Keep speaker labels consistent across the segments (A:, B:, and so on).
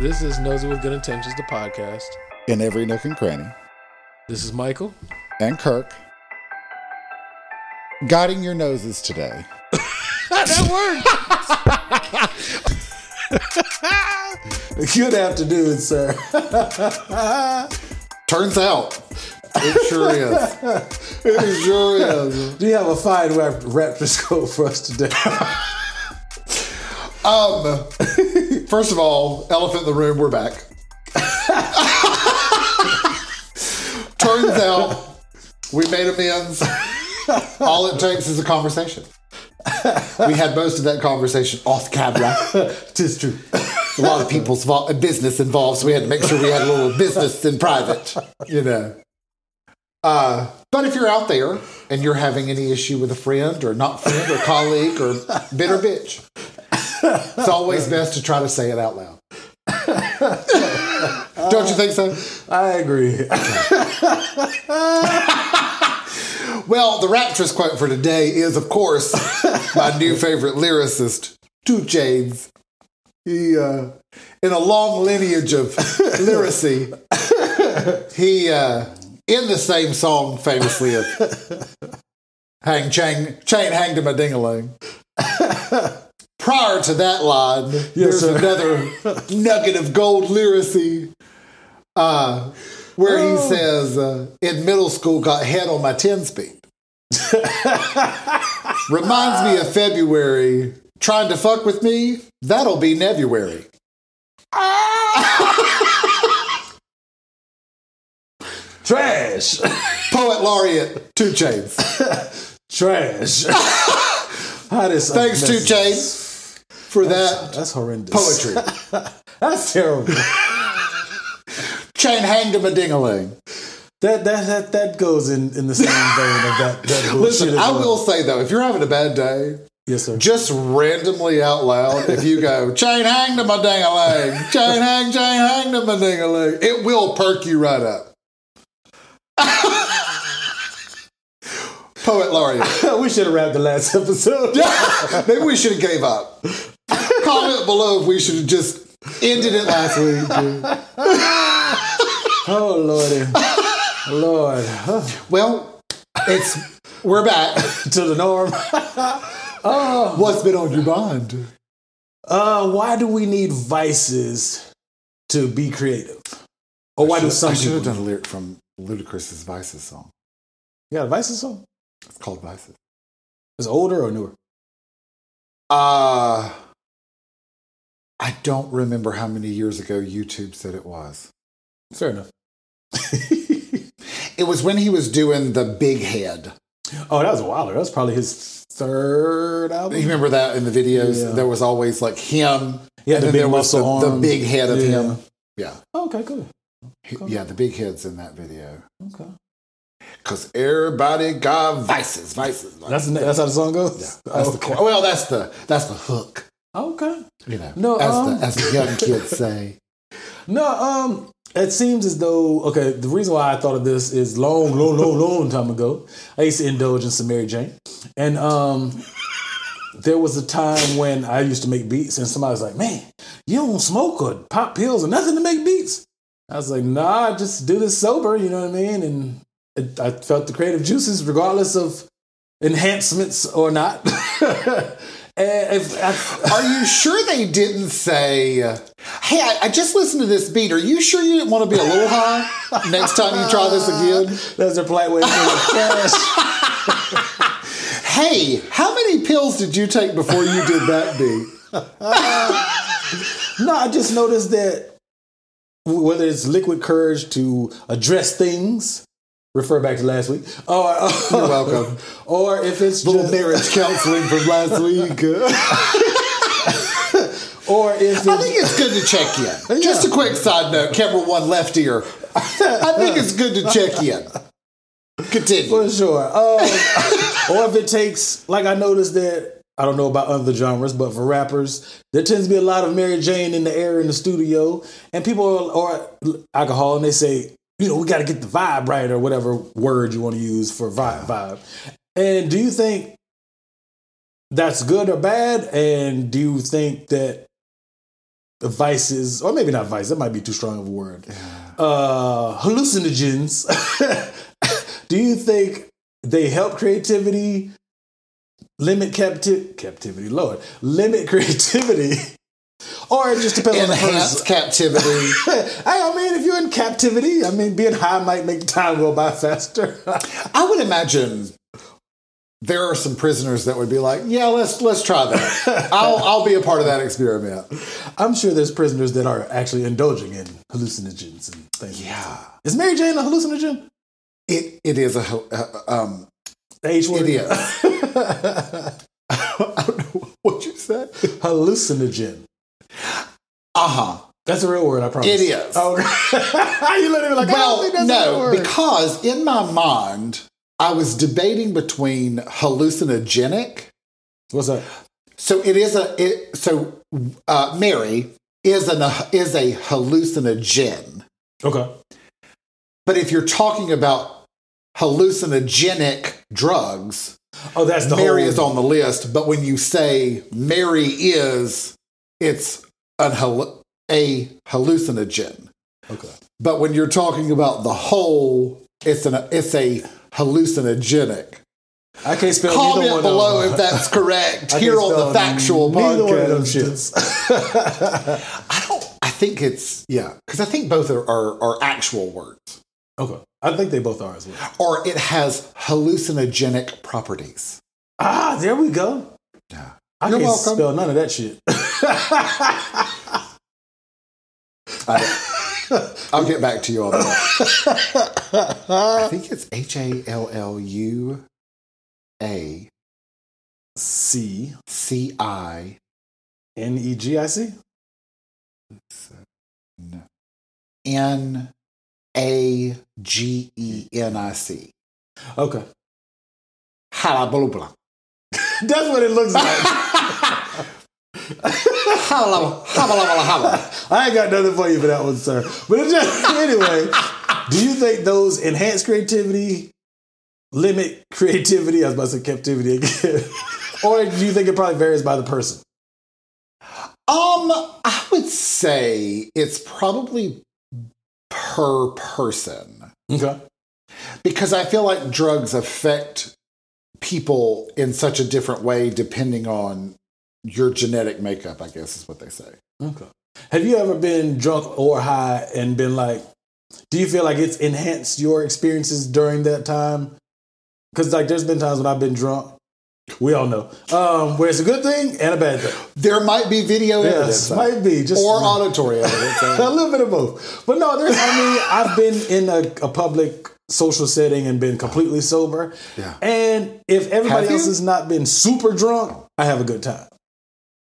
A: This is Nosy with Good Intentions, the podcast.
B: in every nook and cranny,
A: This is Michael.
B: and Kirk guiding your noses today. that worked. You'd have to do it, sir.
C: Turns out it sure is. It sure is.
B: Do you have a fine rap- raptoscope for us today?
C: Um, first of all, elephant in the room, we're back. Turns out we made amends. All it takes is a conversation. We had most of that conversation off camera.
B: Tis true.
C: A lot of people's vo- business involved, so we had to make sure we had a little business in private, you know. Uh, but if you're out there and you're having any issue with a friend or not friend or colleague or bitter bitch, it's always best to try to say it out loud. Don't you think so?
B: I agree.
C: Well, the rapturous quote for today is, of course, my new favorite lyricist, Two Chains. He, uh, in a long lineage of lyricy, he, uh, in the same song, famously of Hang Chain, Chain Hang to My Ding Along. Prior to that line, there's
B: sir.
C: another nugget of gold lyricy uh, where he says, uh, In middle school, got head on my 10 speed. Reminds me of February. Trying to fuck with me? That'll be February.
B: Trash.
C: Poet laureate, Two Chains.
B: Trash. How this
C: Thanks, Two Chains, for that
B: That's horrendous.
C: poetry.
B: That's terrible.
C: Chain hanged him a ding-a-ling.
B: that, that that that goes in, in the same vein of that. that bullshit
C: Listen,
B: as
C: I
B: well.
C: will say though, if you're having a bad day,
B: Yes, sir.
C: just randomly out loud, if you go, chain hang to my ding a ling, chain hang, chain hang to my ding a ling, it will perk you right up. Poet laureate.
B: we should have wrapped the last episode.
C: Maybe we should have gave up. Comment below if we should have just ended it last week.
B: Oh lordy, lord,
C: Well, it's we're back.
B: to the norm.
C: What's been on your mind?
B: Uh, why do we need vices to be creative? Or why do some
C: I should
B: people?
C: have done a lyric from Ludacris's Vices song.
B: Yeah, vices song
C: It's called Vices.
B: is it older or newer.
C: Uh, I don't remember how many years ago YouTube said it was.
B: Fair enough.
C: It was when he was doing the big head.
B: Oh, that was Wilder. That was probably his third
C: You
B: album.
C: remember that in the videos?
B: Yeah.
C: There was always like him,
B: Yeah,
C: and then there was the, the big head of
B: Yeah.
C: him. Yeah.
B: Okay, cool.
C: He-
B: Cool.
C: Yeah, the big head's in that video.
B: Okay,
C: Because everybody got vices, vices, vices.
B: that's the, na- that's how the song goes.
C: Yeah, that's the
B: okay.
C: chor- well, that's the that's the hook,
B: okay.
C: you know.
B: No,
C: as
B: um,
C: the as the young kids say.
B: No, um, it seems as though okay. The reason why I thought of this is long, long, long, long time ago. I used to indulge in some Mary Jane, and um, there was a time when I used to make beats, and somebody was like, "Man, you don't smoke or pop pills or nothing to make beats." I was like, "Nah, I just do this sober." You know what I mean? And it, I felt the creative juices, regardless of enhancements or not. and if I,
C: Are you sure they didn't say, uh, "Hey, I, I just listened to this beat. Are you sure you didn't want to be a little high next time you try this again?"
B: that's their polite way of saying cash.
C: Hey, how many pills did you take before you did that beat?
B: No, I just noticed that w- whether it's liquid courage to address things, refer back to last week, or
C: You're welcome.
B: or if it's
C: Little
B: just,
C: marriage counseling from last week.
B: or if
C: I
B: it's,
C: think it's good to check in. Just a quick side note, camera one left ear. I think it's good to check in. Continue.
B: for sure, um, or if it takes like I noticed that I don't know about other genres, but for rappers, there tends to be a lot of Mary Jane in the air in the studio, and people are, or alcohol, and they say. You know, we got to get the vibe right, or whatever word you want to use for vibe. Vibe. And do you think that's good or bad? And do you think that vices, or maybe not vices, that might be too strong of a word, uh, hallucinogens, do you think they help creativity, limit capti- captivity, Lord, limit creativity? Or it just depends on the person.
C: Enhanced captivity.
B: Hey, I mean, if you're in captivity, I mean, being high might make time go by faster.
C: I would imagine there are some prisoners that would be like, "Yeah, let's let's try that. I'll I'll be a part of that experiment."
B: I'm sure there's prisoners that are actually indulging in hallucinogens and things.
C: Yeah,
B: Is Mary Jane a hallucinogen?
C: it it is a ho- uh, um.
B: The H word.
C: It is. I don't know what you said.
B: Hallucinogen.
C: Uh huh.
B: That's a real word, I promise.
C: It is.
B: Oh, okay. you look at me like, I don't think
C: well,
B: that's a real
C: no,
B: word.
C: because in my mind, I was debating between hallucinogenic.
B: What's up?
C: So it is a it, so uh, Mary is an is a hallucinogen.
B: Okay.
C: But if you're talking about hallucinogenic drugs,
B: Oh, that's the
C: Mary
B: whole.
C: is on the list. But when you say Mary is, it's an hal- a hallucinogen.
B: Okay.
C: But when you're talking about the whole, it's an it's a hallucinogenic.
B: I can't spell neither
C: Comment
B: one
C: below
B: of
C: if
B: them.
C: that's correct.
B: I can't
C: Here on
B: spell
C: the factual
B: neither one of them
C: podcast.
B: shits.
C: I don't. I think it's yeah, because I think both are, are are actual words,
B: okay. I think they both are as well.
C: or it has hallucinogenic properties.
B: Ah, there we go.
C: Yeah.
B: I
C: You're
B: can't
C: welcome.
B: spell none of that shit.
C: I'll get back to you on that.
B: Uh,
C: I think it's H A L L U A
B: C
C: C I
B: N E G I C.
C: N A G E N I C.
B: Okay.
C: Hala blah blah.
B: That's what it looks like.
C: Hala hala hala.
B: I ain't got nothing for you for that one, sir. But it just, anyway, do you think those enhance creativity, limit creativity? I was about to say captivity again. or do you think it probably varies by the person?
C: Um, I would say it's probably per person
B: Okay.
C: because I feel like drugs affect people in such a different way depending on your genetic makeup, I guess is what they say.
B: Okay. Have you ever been drunk or high and been like, do you feel like it's enhanced your experiences during that time? Because, like, there's been times when I've been drunk. We all know. Um, where it's a good thing and a bad thing.
C: There might be video evidence
B: Yes, might be. Just
C: or auditory evidence. of
B: a
C: it.
B: little bit of both. But no, there's, I mean, I've been in a, a public social setting and been completely sober.
C: Yeah.
B: And if everybody
C: Have you?
B: else has not been super drunk, I have a good time.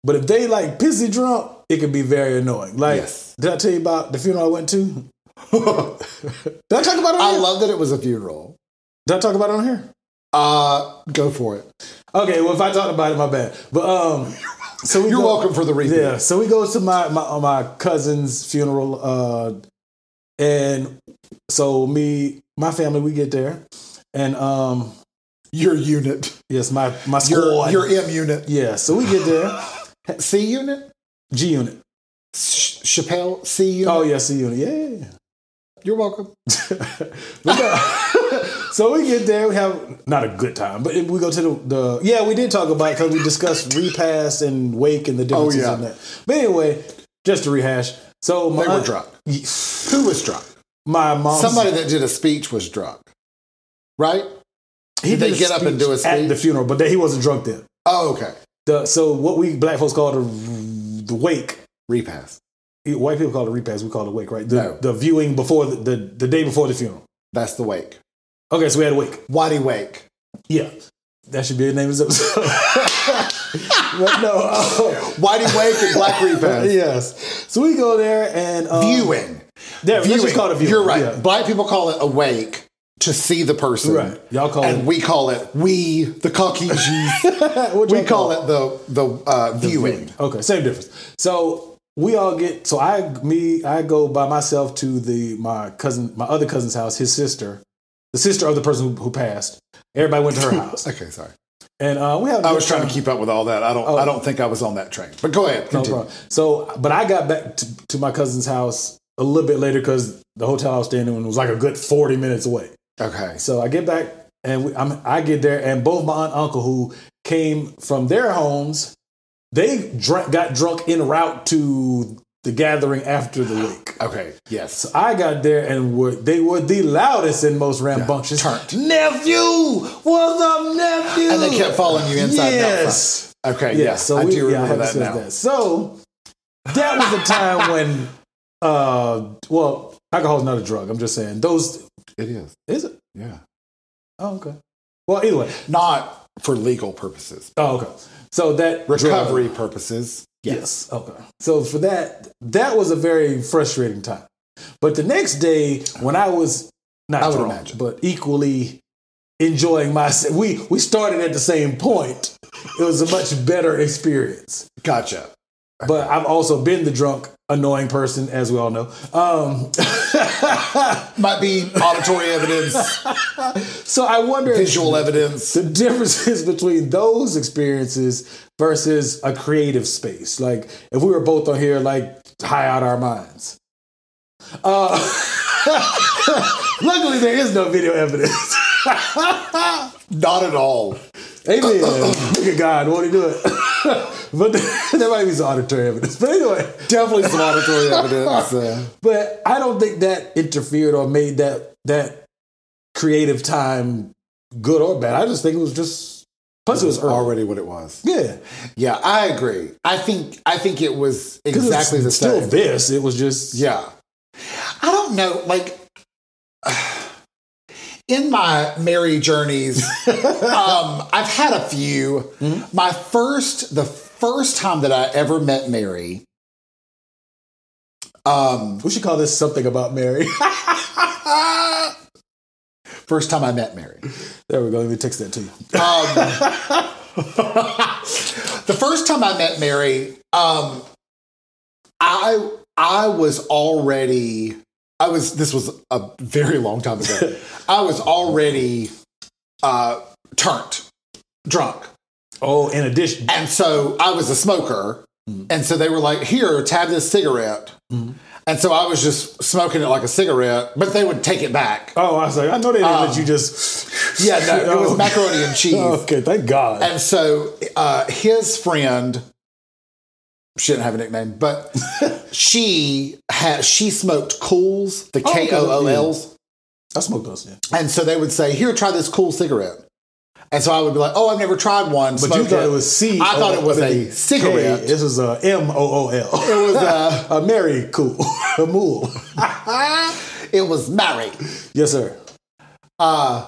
B: But if they like pissy drunk, it can be very annoying. Like,
C: Yes.
B: did I tell you about the funeral I went to? did I talk about it on
C: I
B: here?
C: love that it was a funeral.
B: did I talk about it on here?
C: Uh, go for it.
B: Okay, well, if I talk about it, my bad. But um, so we
C: You're
B: go-
C: welcome for the repeat.
B: Yeah, so we go to my my, uh, my cousin's funeral, uh, and so me, my family, we get there, and um,
C: Your unit,
B: yes, my my
C: your,
B: squad,
C: your M unit,
B: yeah, so we get there,
C: C unit,
B: G unit,
C: Ch- Chappelle, C unit.
B: oh yeah, C unit, yeah. Oh.
C: You're welcome.
B: But no. so we get there, we have not a good time, but we go to the, the yeah, we did talk about because we discussed repast and wake and the differences
C: Oh, yeah.
B: in that. But anyway, just to rehash, so my Um,
C: They were
B: aunt-
C: drunk. Who was drunk?
B: my mom,
C: Somebody that did a speech was drunk, right?
B: He
C: Did they
B: did a
C: get up and do a
B: at the
C: speech?
B: funeral, but he wasn't drunk then.
C: Oh, okay.
B: The, so what we black folks call the the wake,
C: Repass.
B: white people call it repast. We call it a wake, right? The,
C: No.
B: the viewing before the, the the day before the funeral.
C: That's the wake.
B: Okay, so we had a wake.
C: Whitey Wake.
B: Yeah, that should be the name of this episode. but no, uh,
C: Whitey Wake and Black Repass.
B: yes. So we go there and um,
C: Viewing.
B: There, let's just
C: Viewing.
B: call it viewing.
C: You're right.
B: Yeah.
C: Black people call it awake to see the person.
B: Right. Y'all call
C: and
B: it.
C: we call it we the Caucasians.
B: what y'all
C: we call it the the uh, viewing.
B: Okay, same difference. So we all get so I me I go by myself to the my cousin my other cousin's house, his sister, the sister of the person who, who passed. Everybody went to her house.
C: Okay, sorry.
B: And uh, we have.
C: I was trying to keep up with all that. I don't. I don't think I was on that train. But go ahead.
B: Oh. No
C: continue.
B: problem. So, but I got back to, to my cousin's house a little bit later because the hotel I was staying in was like a good forty minutes away.
C: Okay.
B: So I get back and we, I'm, I get there, and both my aunt and uncle who came from their homes, they drank, got drunk en route to the gathering after the lake.
C: Okay. Yes.
B: I got there and were they were the loudest and most rambunctious.
C: turned.
B: Nephew, what's up, nephew?
C: And they kept following you inside and outside.
B: Yes,
C: Okay.
B: yeah.
C: Yeah.
B: So
C: I
B: we,
C: do
B: yeah, I
C: remember
B: have
C: that now.
B: discussed that. So that was the time when, uh, well, alcohol's not a drug. I'm just saying those.
C: It is.
B: Is it?
C: Yeah.
B: Oh, okay. Well, either way.
C: Not for legal purposes.
B: Oh, okay. So that drug-
C: Recovery purposes.
B: Yes. Okay. So for that, that was a very frustrating time. But the next day, when I was not
C: I would
B: drunk,
C: imagine.
B: but equally enjoying myself, we we started at the same point. It was a much better experience.
C: Gotcha.
B: But I've also been the drunk, annoying person, as we all know. Um,
C: Might be auditory evidence,
B: so I wonder
C: visual evidence.
B: the differences between those experiences versus a creative space. Like if we were both on here, like high out our minds. Uh, luckily, there is no video evidence.
C: Not at all.
B: Amen. Look at God, won't He do it? but there might be some auditory evidence. But anyway,
C: Definitely some auditory evidence. Uh,
B: but I don't think that interfered or made that that creative time good or bad. I just think it was just plus it was early.
C: already what it was.
B: Yeah,
C: Yeah, I agree. I think I think it was
B: because
C: exactly
B: it
C: the
B: was still
C: same.
B: this. It was just
C: Yeah. I don't know, like in my merry journeys, um, I've had a few.
B: Hmm?
C: My first, the first time that I ever met Mary, um,
B: We should call this something about Mary.
C: first time I met Mary.
B: there we go. Let me text that to you.
C: Um, the first time I met Mary, um, I I was already I was this was a very long time ago. I was already uh, turned drunk,
B: Oh, in addition,
C: and so I was a smoker, and so they were like, "Here, tab this cigarette." And so I was just smoking it like a cigarette, but they would take it back.
B: oh, I was like, I know they didn't let you just.
C: Ah. Yeah, no, it was
B: Oh,
C: macaroni and cheese.
B: Okay, thank God.
C: And so uh, his friend, she didn't have a nickname, but she had she smoked cools, the
B: okay.
C: K O O L's,
B: I smoked those. Yeah.
C: and so they would say, "Here, try this cool cigarette." And so I would be like, "Oh, I've never tried one."
B: But you thought it was C. E.
C: I thought it was a cigarette.
B: This is a M O O
C: It
B: L.
C: was uh,
B: A Mary cool. A mool.
C: it was Mary.
B: Yes, sir.
C: Uh,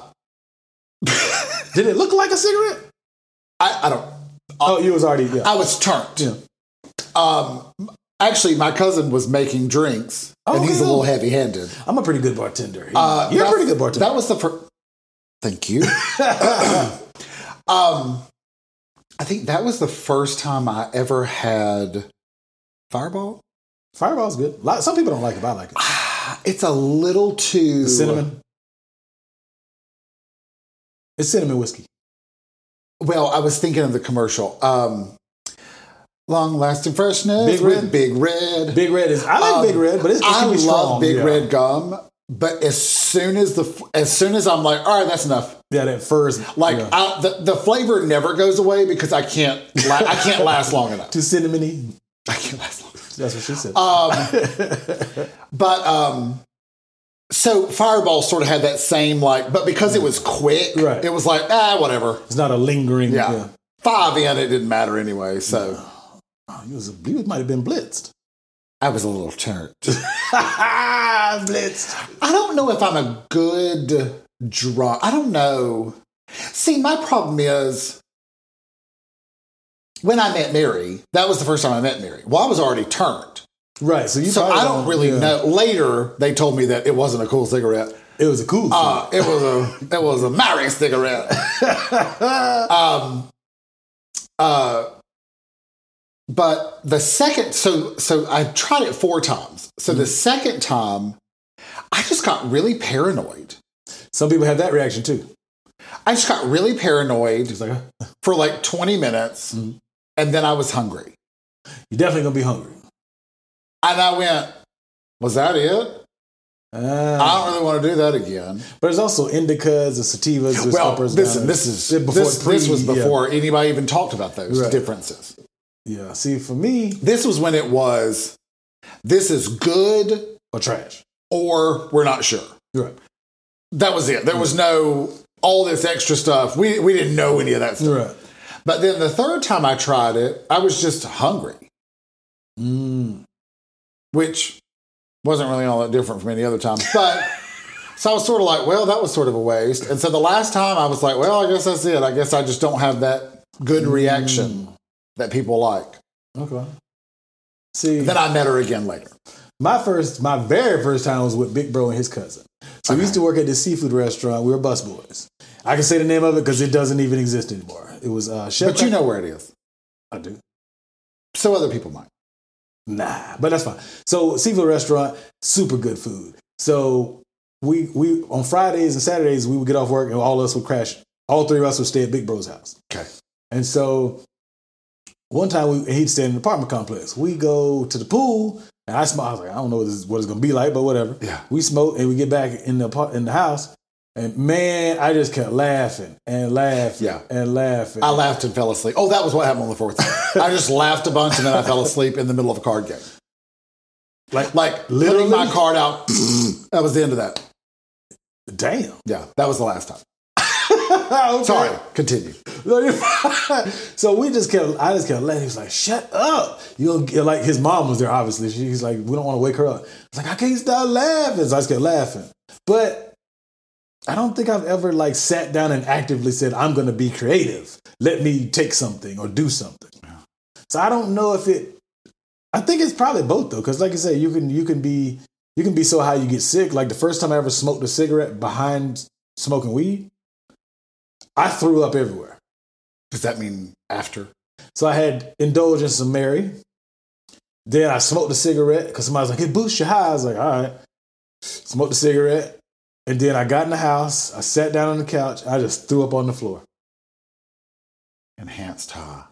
B: Did it look like a cigarette?
C: I, I don't.
B: Oh, you was already. Yeah.
C: I was turned.
B: Yeah.
C: Um, actually, my cousin was making drinks, and
B: Oh,
C: he's a
B: yeah.
C: little heavy-handed.
B: I'm a pretty good bartender.
C: Uh,
B: You're a
C: that's-
B: pretty good bartender.
C: That was the first. Thank you. um, I think that was the first time I ever had Fireball.
B: Fireball's good. Lot- Some people don't like it, but I like it.
C: It's a little too
B: Cinnamon. It's cinnamon whiskey.
C: Well, I was thinking of the commercial. Um, long lasting freshness.
B: Big
C: Big
B: Red.
C: red. Big red.
B: Big Red is. I like
C: Um,
B: Big Red, but it's, it
C: I
B: can
C: love
B: be strong.
C: Big
B: yeah.
C: Red gum, but as soon as the f- as soon as I'm like, all right, that's enough.
B: Yeah, that first
C: Like
B: yeah.
C: I, the the flavor never goes away because I can't la- I can't last long enough.
B: too cinnamony.
C: I can't last long.
B: That's what she said.
C: Um, but um, so Fireball sort of had that same like, but because it was quick,
B: Right.
C: it was like ah, whatever.
B: it's not a lingering.
C: Yeah.
B: Yeah.
C: Five in, it didn't matter anyway. So
B: Oh, you was you might have been blitzed.
C: I was a little turned. Ah,
B: blitzed.
C: I don't know if I'm a good draw. I don't know. See, my problem is when I met Mary. That was the first time I met Mary. Well, I was already turned,
B: Right. So you.
C: so
B: probably
C: I don't really
B: yeah.
C: know. Later, they told me that it wasn't a cool cigarette.
B: It was a cool.
C: Uh, it was a it was a Mary cigarette. um, uh, but the second, so so I tried it four times. So
B: Mm-hmm.
C: the second time, I just got really paranoid.
B: Some people have that reaction too.
C: I just got really paranoid
B: She's like, "Uh,
C: for like 20 minutes
B: Mhm.
C: and then I was hungry.
B: you're definitely gonna be hungry.
C: And I went, was that it?
B: Uh,
C: I don't really want to do that again.
B: but there's also indicas and sativas. There's
C: well,
B: uppers,
C: listen,
B: downers.
C: this is
B: Yeah, before
C: this,
B: pre-
C: this was
B: yeah.
C: before anybody even talked about those
B: Right.
C: differences.
B: yeah. See, for me,
C: This was when it was this is good
B: or trash.
C: or we're not sure.
B: You're right.
C: That was it. There was no all this extra stuff. We we didn't know any of that stuff.
B: You're right.
C: But then the third time I tried it, I was just hungry,
B: Mm.
C: which wasn't really all that different from any other time. But so I was sort of like, well, that was sort of a waste. And so the last time I was like, well, I guess that's it. I guess I just don't have that good reaction that people like.
B: Okay. See,
C: Then I met her again later.
B: My first, my very first time was with Big Bro and his cousin. So we used to work at this seafood restaurant. We were busboys. I can say the name of it because it doesn't even exist anymore. It was uh, Chef.
C: But you know where it is.
B: I do.
C: So other people might.
B: Nah, but that's fine. So seafood restaurant, super good food. So we we on Fridays and Saturdays we would get off work and all of us would crash. All three of us would stay at Big Bro's house.
C: Okay.
B: And so one time we, and he'd stay in an apartment complex. We go to the pool and I smile. I was like, I don't know what, this, what it's gonna be like, but whatever.
C: Yeah.
B: We smoke and we get back in the apart- in the house. And man, I just kept laughing and laughing
C: Yeah.
B: and laughing.
C: I laughed and fell asleep. Oh, that was what happened on the fourth. I just laughed a bunch and then I fell asleep in the middle of a card game.
B: Like-
C: like
B: literally?
C: literally my card out. that was the end of that.
B: Damn.
C: Yeah, that was the last time.
B: Okay.
C: Sorry, continue.
B: No, you're fine. so we just kept, I just kept letting. He was like, "Shut up!" You'll get like his mom was there, obviously. She's like, "We don't want to wake her up." I was like, "I can't stop laughing." So I just kept laughing, but I don't think I've ever like sat down and actively said, "I'm going to be creative. Let me take something or do something." So I don't know if it. I think it's probably both though, because like I said, you can you can be you can be so high you get sick. Like the first time I ever smoked a cigarette behind smoking weed, I threw up everywhere.
C: Does that mean after?
B: So I had indulgence of Mary. Then I smoked a cigarette because somebody was like, it boosts your high. I was like, all right. Smoked a cigarette. And then I got in the house. I sat down on the couch. I just threw up on the floor.
C: Enhanced high.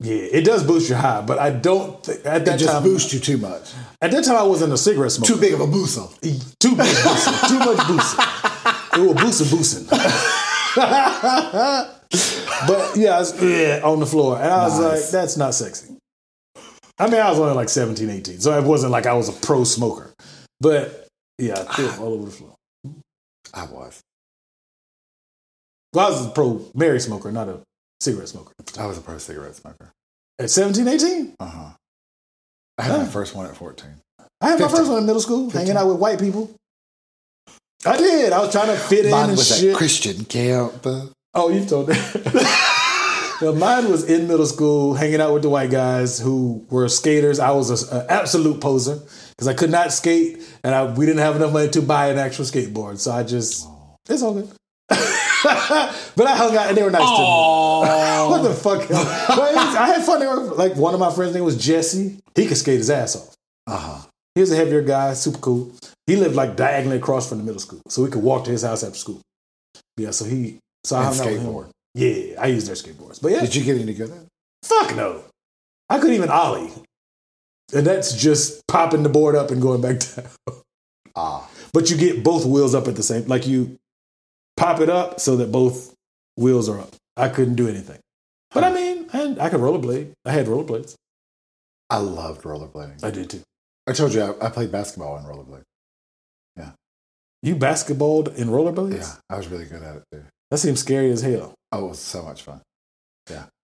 B: Yeah, it does boost your high, but I don't think at
C: That
B: that
C: just
B: time.
C: boost you too much.
B: At that time, I wasn't a cigarette smoker.
C: Too big of a booster.
B: Too, too much boosing. Too much boosting. It was boosting, boosting. but yeah, I was eh, on the floor. And I was
C: Nice.
B: like, that's not sexy. I mean, I was only like 17, 18. So it wasn't like I was a pro smoker. But yeah, I threw up all over the floor.
C: I was.
B: Well, I was a pro Mary smoker, not a cigarette smoker.
C: I was a pro cigarette smoker.
B: At 17, 18?
C: Uh huh. I had my
B: Huh.
C: first one at 14.
B: I had my
C: 15.
B: first one in middle school, hanging out with white people. I did. I was trying to fit in
C: Mine
B: and
C: was
B: shit.
C: at Christian camp.
B: Oh, you've told that. now, mine was in middle school, hanging out with the white guys who were skaters. I was an absolute poser because I could not skate, and I, we didn't have enough money to buy an actual skateboard. So I just, it's all good. but I hung out, and they were nice to me. What the fuck? But it was- I had fun. They were, like one of my friends' name was Jesse. He could skate his ass off.
C: Uh huh.
B: He was a heavier guy, super cool. He lived like diagonally across from the middle school, so we could walk to his house after school. Yeah, so he, so I
C: And
B: hung out with him.
C: skateboard.
B: Yeah, I used their skateboards. But yeah,
C: Did you get any good at it?
B: fuck no. I couldn't even ollie. And that's just popping the board up and going back down.
C: Ah.
B: But you get both wheels up at the same like you pop it up so that both wheels are up. I couldn't do anything. But I mean, and I could rollerblade. I had rollerblades.
C: I loved rollerblading.
B: I did too.
C: I told you I, I played basketball and rollerblade.
B: You basketballed in rollerblades?
C: Yeah, I was really good at it too.
B: That seems scary as hell.
C: Oh, it was so much fun.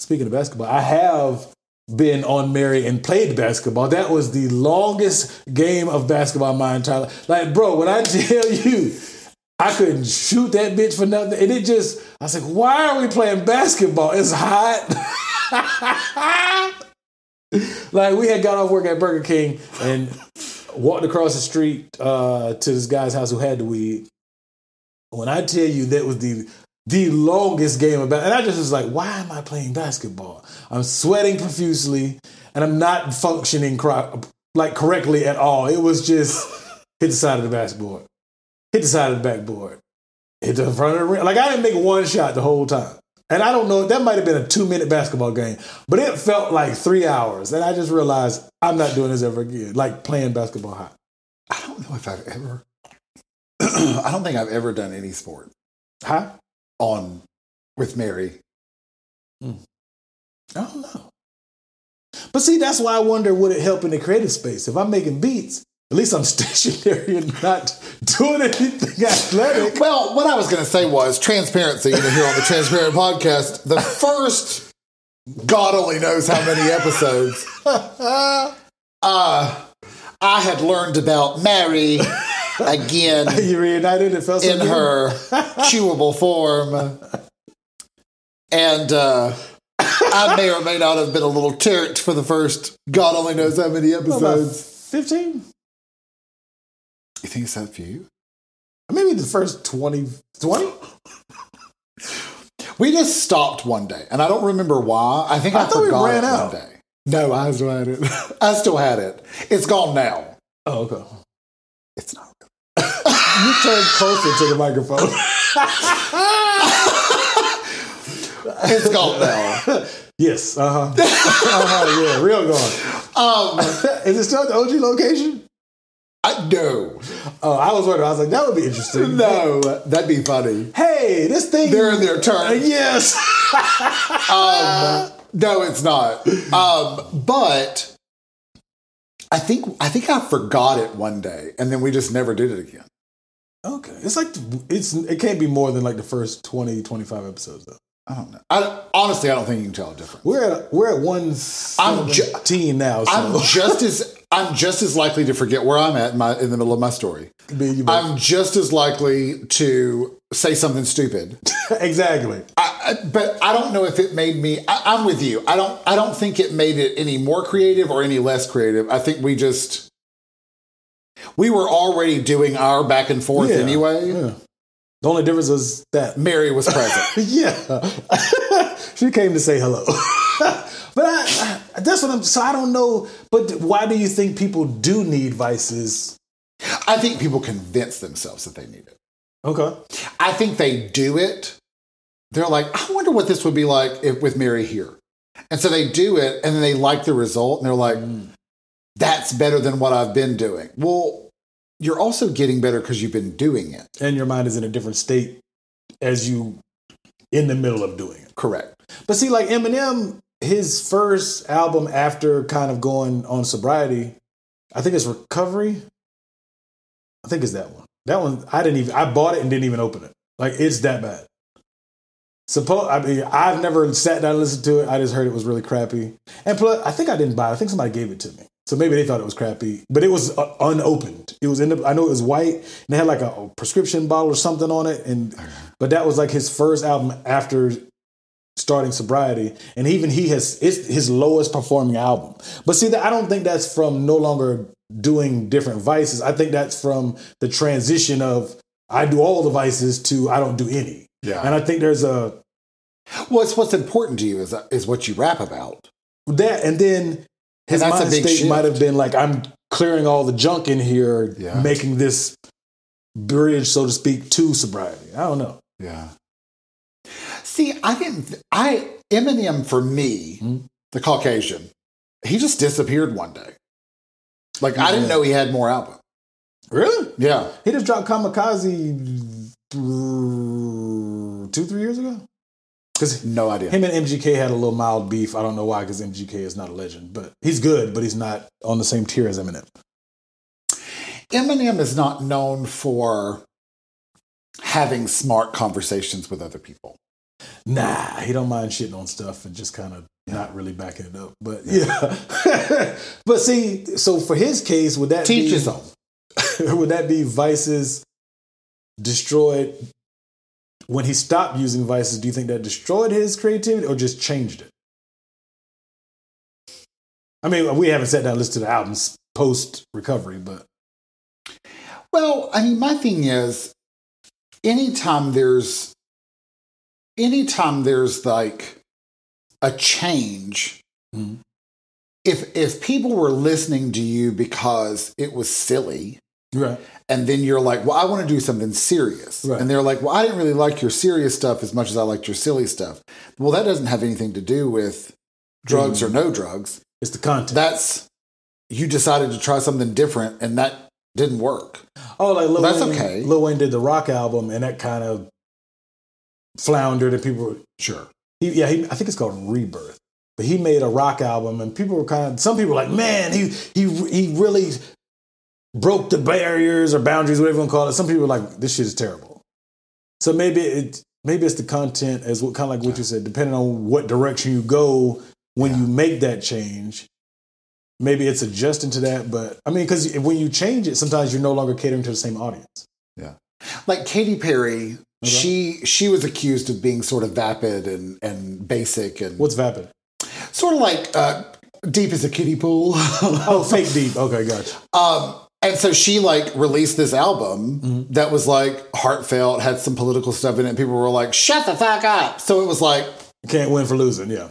B: Speaking of basketball, I have been on Mary and played basketball. That was the longest game of basketball in my entire life. Like, bro, when I tell you, I couldn't shoot that bitch for nothing. And it just, I was like, why are we playing basketball? It's hot. like, we had got off work at Burger King and walked across the street uh, to this guy's house who had the weed. When I tell you that was the the longest game about, and I just was like, why am I playing basketball? I'm sweating profusely, and I'm not functioning cro- like correctly at all. It was just hit the side of the basketball, hit the side of the backboard, hit the front of the rim. Like I didn't make one shot the whole time. And I don't know, that might have been a two minute basketball game, but it felt like three hours. And I just realized I'm not doing this ever again, like playing basketball hot.
C: I don't know if I've ever. I don't think I've ever done any sport
B: Huh?
C: on with Mary.
B: I don't know. But see, that's why I wonder would it help in the creative space? If I'm making beats, at least I'm stationary and not doing anything athletic.
C: Well, what I was going to say was transparency. You know, here on the Transparent Podcast, the first God only knows how many episodes. uh, I had learned about Mary again.
B: You reunited, it felt so
C: in
B: good.
C: her chewable form. And uh, I may or may not have been a little turt for the first God only knows how many
B: About
C: episodes.
B: 15?
C: You think it's that few?
B: Maybe the first 20, 20?
C: We just stopped one day, and I don't remember why. I think I,
B: I thought we
C: forgot
B: ran
C: it
B: out.
C: one day. No, I still had it. I still had it. It's gone now.
B: Oh, okay.
C: It's not.
B: You turned closer to the microphone.
C: It's gone now.
B: yes, uh huh. uh huh, yeah, real gone.
C: Um,
B: Is it still at the OG location?
C: I, no,
B: Oh, I was wondering. I was like, that would be interesting.
C: no, that'd be funny.
B: Hey, this thing.
C: They're in their
B: Uh,
C: turn.
B: yes.
C: Um, no, it's not. Um, but I think I think I forgot it one day, and then we just never did it again.
B: Okay. It's like, it's it can't be more than like the first 20, 25 episodes, though.
C: I don't know. I, honestly, I don't think you can tell a difference.
B: We're at, we're at 117 now, so.
C: I'm just as I'm just as likely to forget where I'm at in, my, in the middle of my story.
B: Me and you both.
C: I'm just as likely to say something stupid.
B: exactly.
C: I, I, but I don't know if it made me. I, I'm with you. I don't. I don't think it made it any more creative or any less creative. I think we just we were already doing our back and forth
B: Yeah,
C: anyway.
B: yeah. The only difference was that
C: Mary was present.
B: Yeah, she came to say hello. but I, I, that's what I'm. So I don't know. But why do you think people do need vices?
C: I think people convince themselves that they need it.
B: Okay.
C: I think they do it. They're like, I wonder what this would be like if with Mary here. And so they do it and then they like the result and they're like, that's better than what I've been doing. Well, you're also getting better because you've been doing it.
B: And your mind is in a different state as you in the middle of doing it.
C: Correct.
B: But see, like Eminem, his first album after kind of going on sobriety, I think it's Recovery. I think it's that one. That one I didn't even. I bought it and didn't even open it. Like it's that bad. Suppose I mean I've never sat down and listened to it. I just heard it was really crappy. And plus, I think I didn't buy. it. I think somebody gave it to me. So maybe they thought it was crappy, but it was uh, unopened. It was in the, I know it was white and it had like a, a prescription bottle or something on it. And but that was like his first album after starting sobriety and even he has it's his lowest performing album but see that i don't think that's from no longer doing different vices i think that's from the transition of i do all the vices to i don't do any
C: Yeah.
B: and i think there's a
C: Well, it's what's important to you is, is what you rap about.
B: that and then his
C: And that's a
B: mind
C: big
B: state
C: shift.
B: might have been like i'm clearing all the junk in here
C: Yeah.
B: making this bridge so to speak to sobriety i don't know
C: Yeah. See, I didn't, I, Eminem for me,
B: Hmm?
C: the Caucasian, he just disappeared one day. Like, I didn't know he had more albums.
B: really
C: Yeah.
B: he just dropped kamikaze th- two three years ago because
C: No idea.
B: Him and MGK had a little mild beef. I don't know why, because MGK is not a legend, but he's good, but he's not on the same tier as Eminem.
C: Eminem is not known for having smart conversations with other people.
B: Nah, he don't mind shitting on stuff and just kind of not really backing it up. But yeah, but see, so for his case, would that
C: Teach
B: be,
C: his own.
B: would that be vices destroyed when he stopped using vices? Do you think that destroyed his creativity or just changed it? I mean, we haven't sat down and listened to the albums post recovery, but
C: Well, I mean, my thing is, anytime there's, anytime there's like a change,
B: Mhm.
C: if if people were listening to you because it was silly,
B: Right.
C: And then you're like, well, I want to do something serious.
B: Right.
C: And they're like, well, I didn't really like your serious stuff as much as I liked your silly stuff. Well, that doesn't have anything to do with drugs
B: Mm.
C: or no drugs.
B: It's the content.
C: That's you decided to try something different and that didn't work.
B: oh, like Lil
C: That's
B: Wayne,
C: okay.
B: Lil Wayne did the rock album, and that kind of floundered, and people. were-
C: Sure.
B: He, yeah, he, I think it's called Rebirth. But he made a rock album, and people were kind of. Some people were like, "Man, he he he really broke the barriers or boundaries, whatever you want to call it." Some people were like, "This shit is terrible." So maybe it maybe it's the content as what kind of like what you said, depending on what direction you go when you make that change. Maybe it's adjusting to that, but I mean, because when you change it, sometimes you're no longer catering to the same audience.
C: Like Katy Perry,
B: Uh-huh.
C: she she was accused of being sort of vapid and, and basic and
B: What's vapid?
C: sort of like uh, deep as a kiddie pool.
B: Oh, fake deep. Okay, gotcha.
C: Um, and so she like released this album that was like heartfelt, had some political stuff in it. And people were like, "Shut the fuck up!" So it was like,
B: Can't win for losing. Yeah.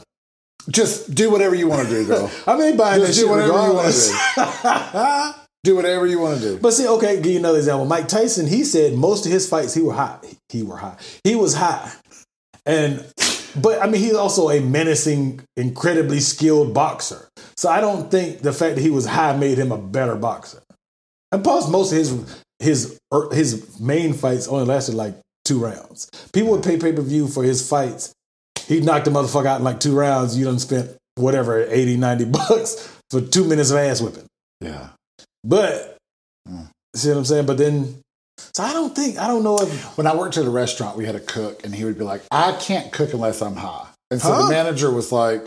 C: just do whatever you want to do, girl.
B: I mean, buying
C: Just
B: that
C: do
B: shit
C: whatever you wanna
B: regardless.
C: do whatever you want to do.
B: But see, okay, give you another example. Mike Tyson, he said most of his fights he were hot. He were hot. He was high. And but I mean he's also a menacing, incredibly skilled boxer. So I don't think the fact that he was high made him a better boxer. And plus most of his his er, his main fights only lasted like two rounds. People would pay pay-per-view for his fights. He knocked the motherfucker out in like two rounds. You done spent whatever, 80, 90 bucks for two minutes of ass whipping.
C: Yeah.
B: But see what I'm saying? But then, so I don't think I don't know if
C: When I worked at a restaurant, we had a cook, and he would be like, "I can't cook unless I'm high." And so
B: Huh?
C: the manager was like,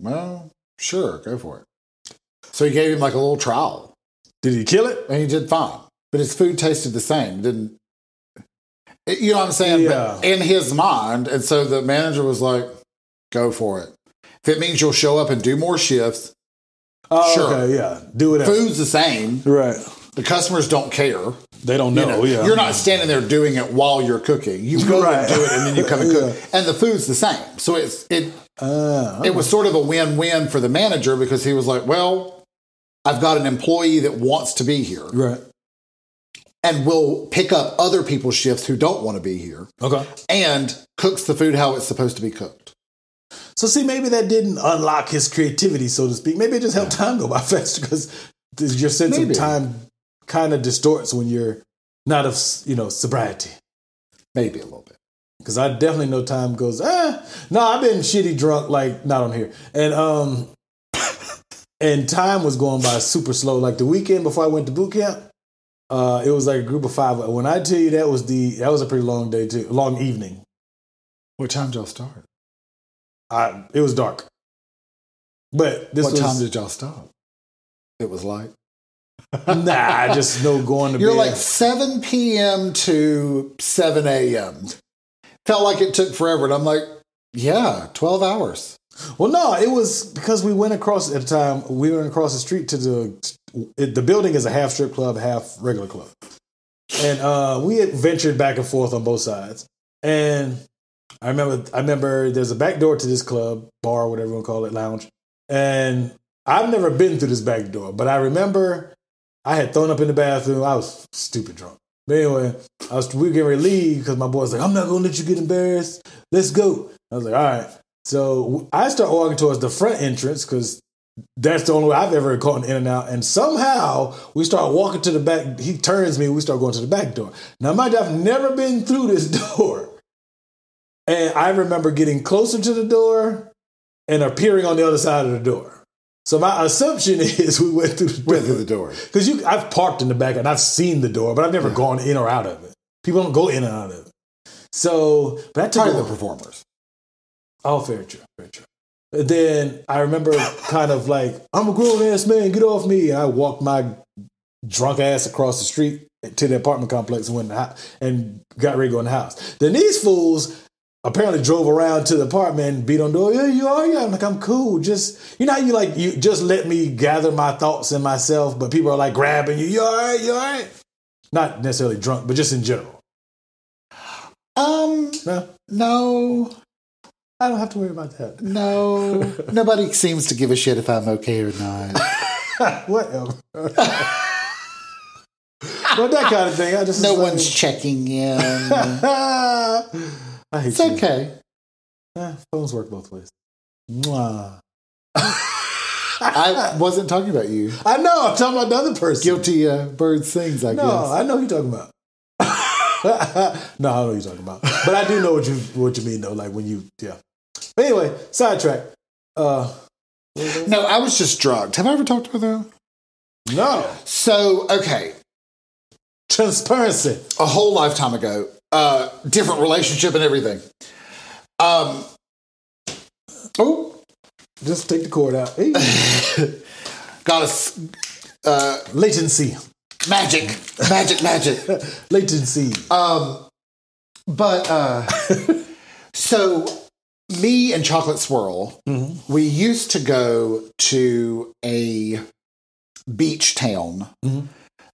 C: "Well, sure, go for it." So he gave him like a little trial,
B: did he kill it?
C: and he did fine. But his food tasted the same. Didn't it- you know what I'm saying? But in his mind, and so the manager was like, "Go for it. If it means you'll show up and do more shifts,
B: Oh,
C: Sure.
B: okay, yeah, do whatever.
C: food's the same.
B: Right?
C: The customers don't care.
B: They don't
C: You
B: know.
C: know,
B: yeah,
C: you're not standing there doing it while you're cooking. You go
B: Right.
C: and do it, and then you come and cook, and the food's the same. So it's it
B: Uh,
C: it was sort of a win-win for the manager because he was like, "Well, I've got an employee that wants to be here."
B: right.
C: and will pick up other people's shifts who don't want to be here
B: Okay.
C: and cooks the food how it's supposed to be cooked.
B: So see, maybe that didn't unlock his creativity, so to speak. Maybe it just helped time go by faster because your sense
C: Maybe.
B: of time kind of distorts when you're not of s- you know sobriety.
C: Maybe a little bit.
B: Cause I definitely know time goes, eh. No, I've been shitty drunk, like not on here. And um and time was going by super slow. Like the weekend before I went to boot camp, uh, it was like a group of five. When I tell you that was the that was a pretty long day too, long evening.
C: What time did y'all start?
B: I it was dark. But this
C: what
B: was
C: time did y'all stop? It was light.
B: nah, just no going to
C: You're
B: bed.
C: like 7 p.m. to 7 a.m. Felt like it took forever. And I'm like, yeah, 12 hours.
B: Well, no, it was because we went across at the time. We went across the street to the it, the building is a half strip club, half regular club, and uh, we had ventured back and forth on both sides. And I remember, I remember there's a back door to this club, bar, whatever you want to call it, lounge. And I've never been through this back door, but I remember I had thrown up in the bathroom. I was stupid drunk. But anyway, I was we were getting ready to leave because my boy's like, I'm not gonna let you get embarrassed. Let's go. I was like, all right. So I start walking towards the front entrance because that's the only way I've ever gone in and out. And somehow we start walking to the back. He turns me. We start going to the back door. Now, mind you, I've never been through this door. And I remember getting closer to the door and appearing on the other side of the door. So my assumption is we went through the door.
C: Went through the door.
B: Because you, I've parked in the back and I've seen the door, but I've never gone in or out of it. People don't go in and out of it. So, but that took
C: Probably
B: a-
C: the performers.
B: Oh, fair true, fair true. And Then I remember kind of like, I'm a grown ass man, get off me. And I walked my drunk ass across the street to the apartment complex and went in the hou- and got ready to go in the house. Then these fools apparently drove around to the apartment and beat on the door. Yeah, you are. Yeah, I'm like, I'm cool. Just you know, how you like you just let me gather my thoughts and myself. But people are like grabbing you. You all right? You all right? Not necessarily drunk, but just in general.
C: Um,
B: No,
C: no,
B: I don't have to worry about that.
C: no. Nobody seems to give a shit if I'm okay or not.
B: Whatever. but that kind of thing. I just
C: No
B: it's like-
C: one's checking in.
B: I hate
C: it's
B: you.
C: okay.
B: Eh, phones work both ways. Mwah.
C: I wasn't talking about you.
B: I know. I'm talking about the other person.
C: Guilty uh, bird sings, I
B: no, I know who you're talking about. no, I don't know who you're talking about. But I do know what you what you mean though. Like when you, yeah. But anyway, sidetrack. Uh,
C: guess. No, I was just drugged. Have I ever talked about that?
B: no
C: So, okay.
B: transparency.
C: a whole lifetime ago, uh, different relationship and everything. Um, oh,
B: Just take the cord out. Hey.
C: got us uh,
B: Latency,
C: magic, magic, magic.
B: latency.
C: Um, but uh, so me and Chocolate Swirl,
B: Mhm.
C: we used to go to a beach town
B: Mhm.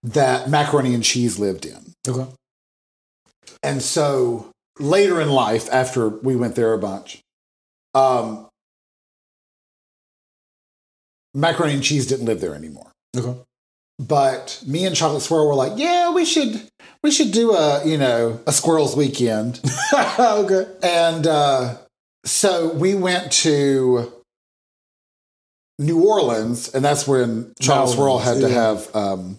C: that macaroni and cheese lived in.
B: Okay.
C: And so later in life, after we went there a bunch, um, macaroni and cheese didn't live there anymore.
B: Okay.
C: But me and Chocolate Swirl were like, yeah, we should we should do a you know a squirrels weekend.
B: okay.
C: and uh, so we went to New Orleans, and that's when Chocolate
B: New
C: Swirl
B: Orleans,
C: had to
B: yeah.
C: have um,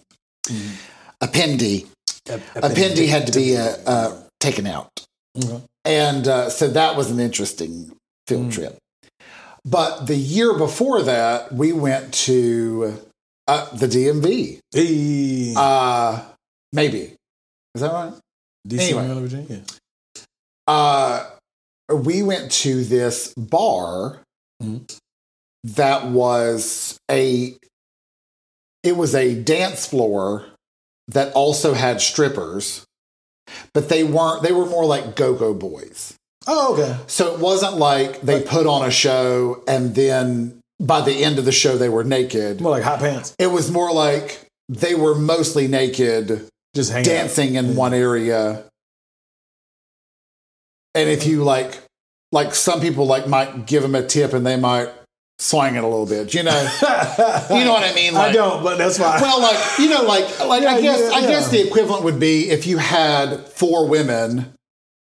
C: appendy. Appendy
B: Appendy.
C: had to be uh, uh, taken out.
B: Okay.
C: And uh, so that was an interesting
B: Hmm.
C: field trip. But the year before that, we went to uh, the DMV.
B: Hey.
C: Uh, maybe. Is that right?
B: DC,
C: anyway.
B: Maryland, Virginia.
C: Uh, we went to this bar
B: Mhm.
C: that was a it was a dance floor that also had strippers but they weren't they were more like go-go boys
B: Oh, okay.
C: So it wasn't like they put on a show and then by the end of the show they were naked.
B: More like hot pants.
C: It was more like they were mostly naked,
B: Just hanging. out.
C: dancing in one area. And if you like, like some people like might give them a tip and they might swing it a little bit, you know, you know what I mean? Like,
B: I don't, but that's fine.
C: Well, like you know, like like
B: Yeah,
C: I guess
B: yeah,
C: I guess
B: yeah.
C: the equivalent would be if you had four women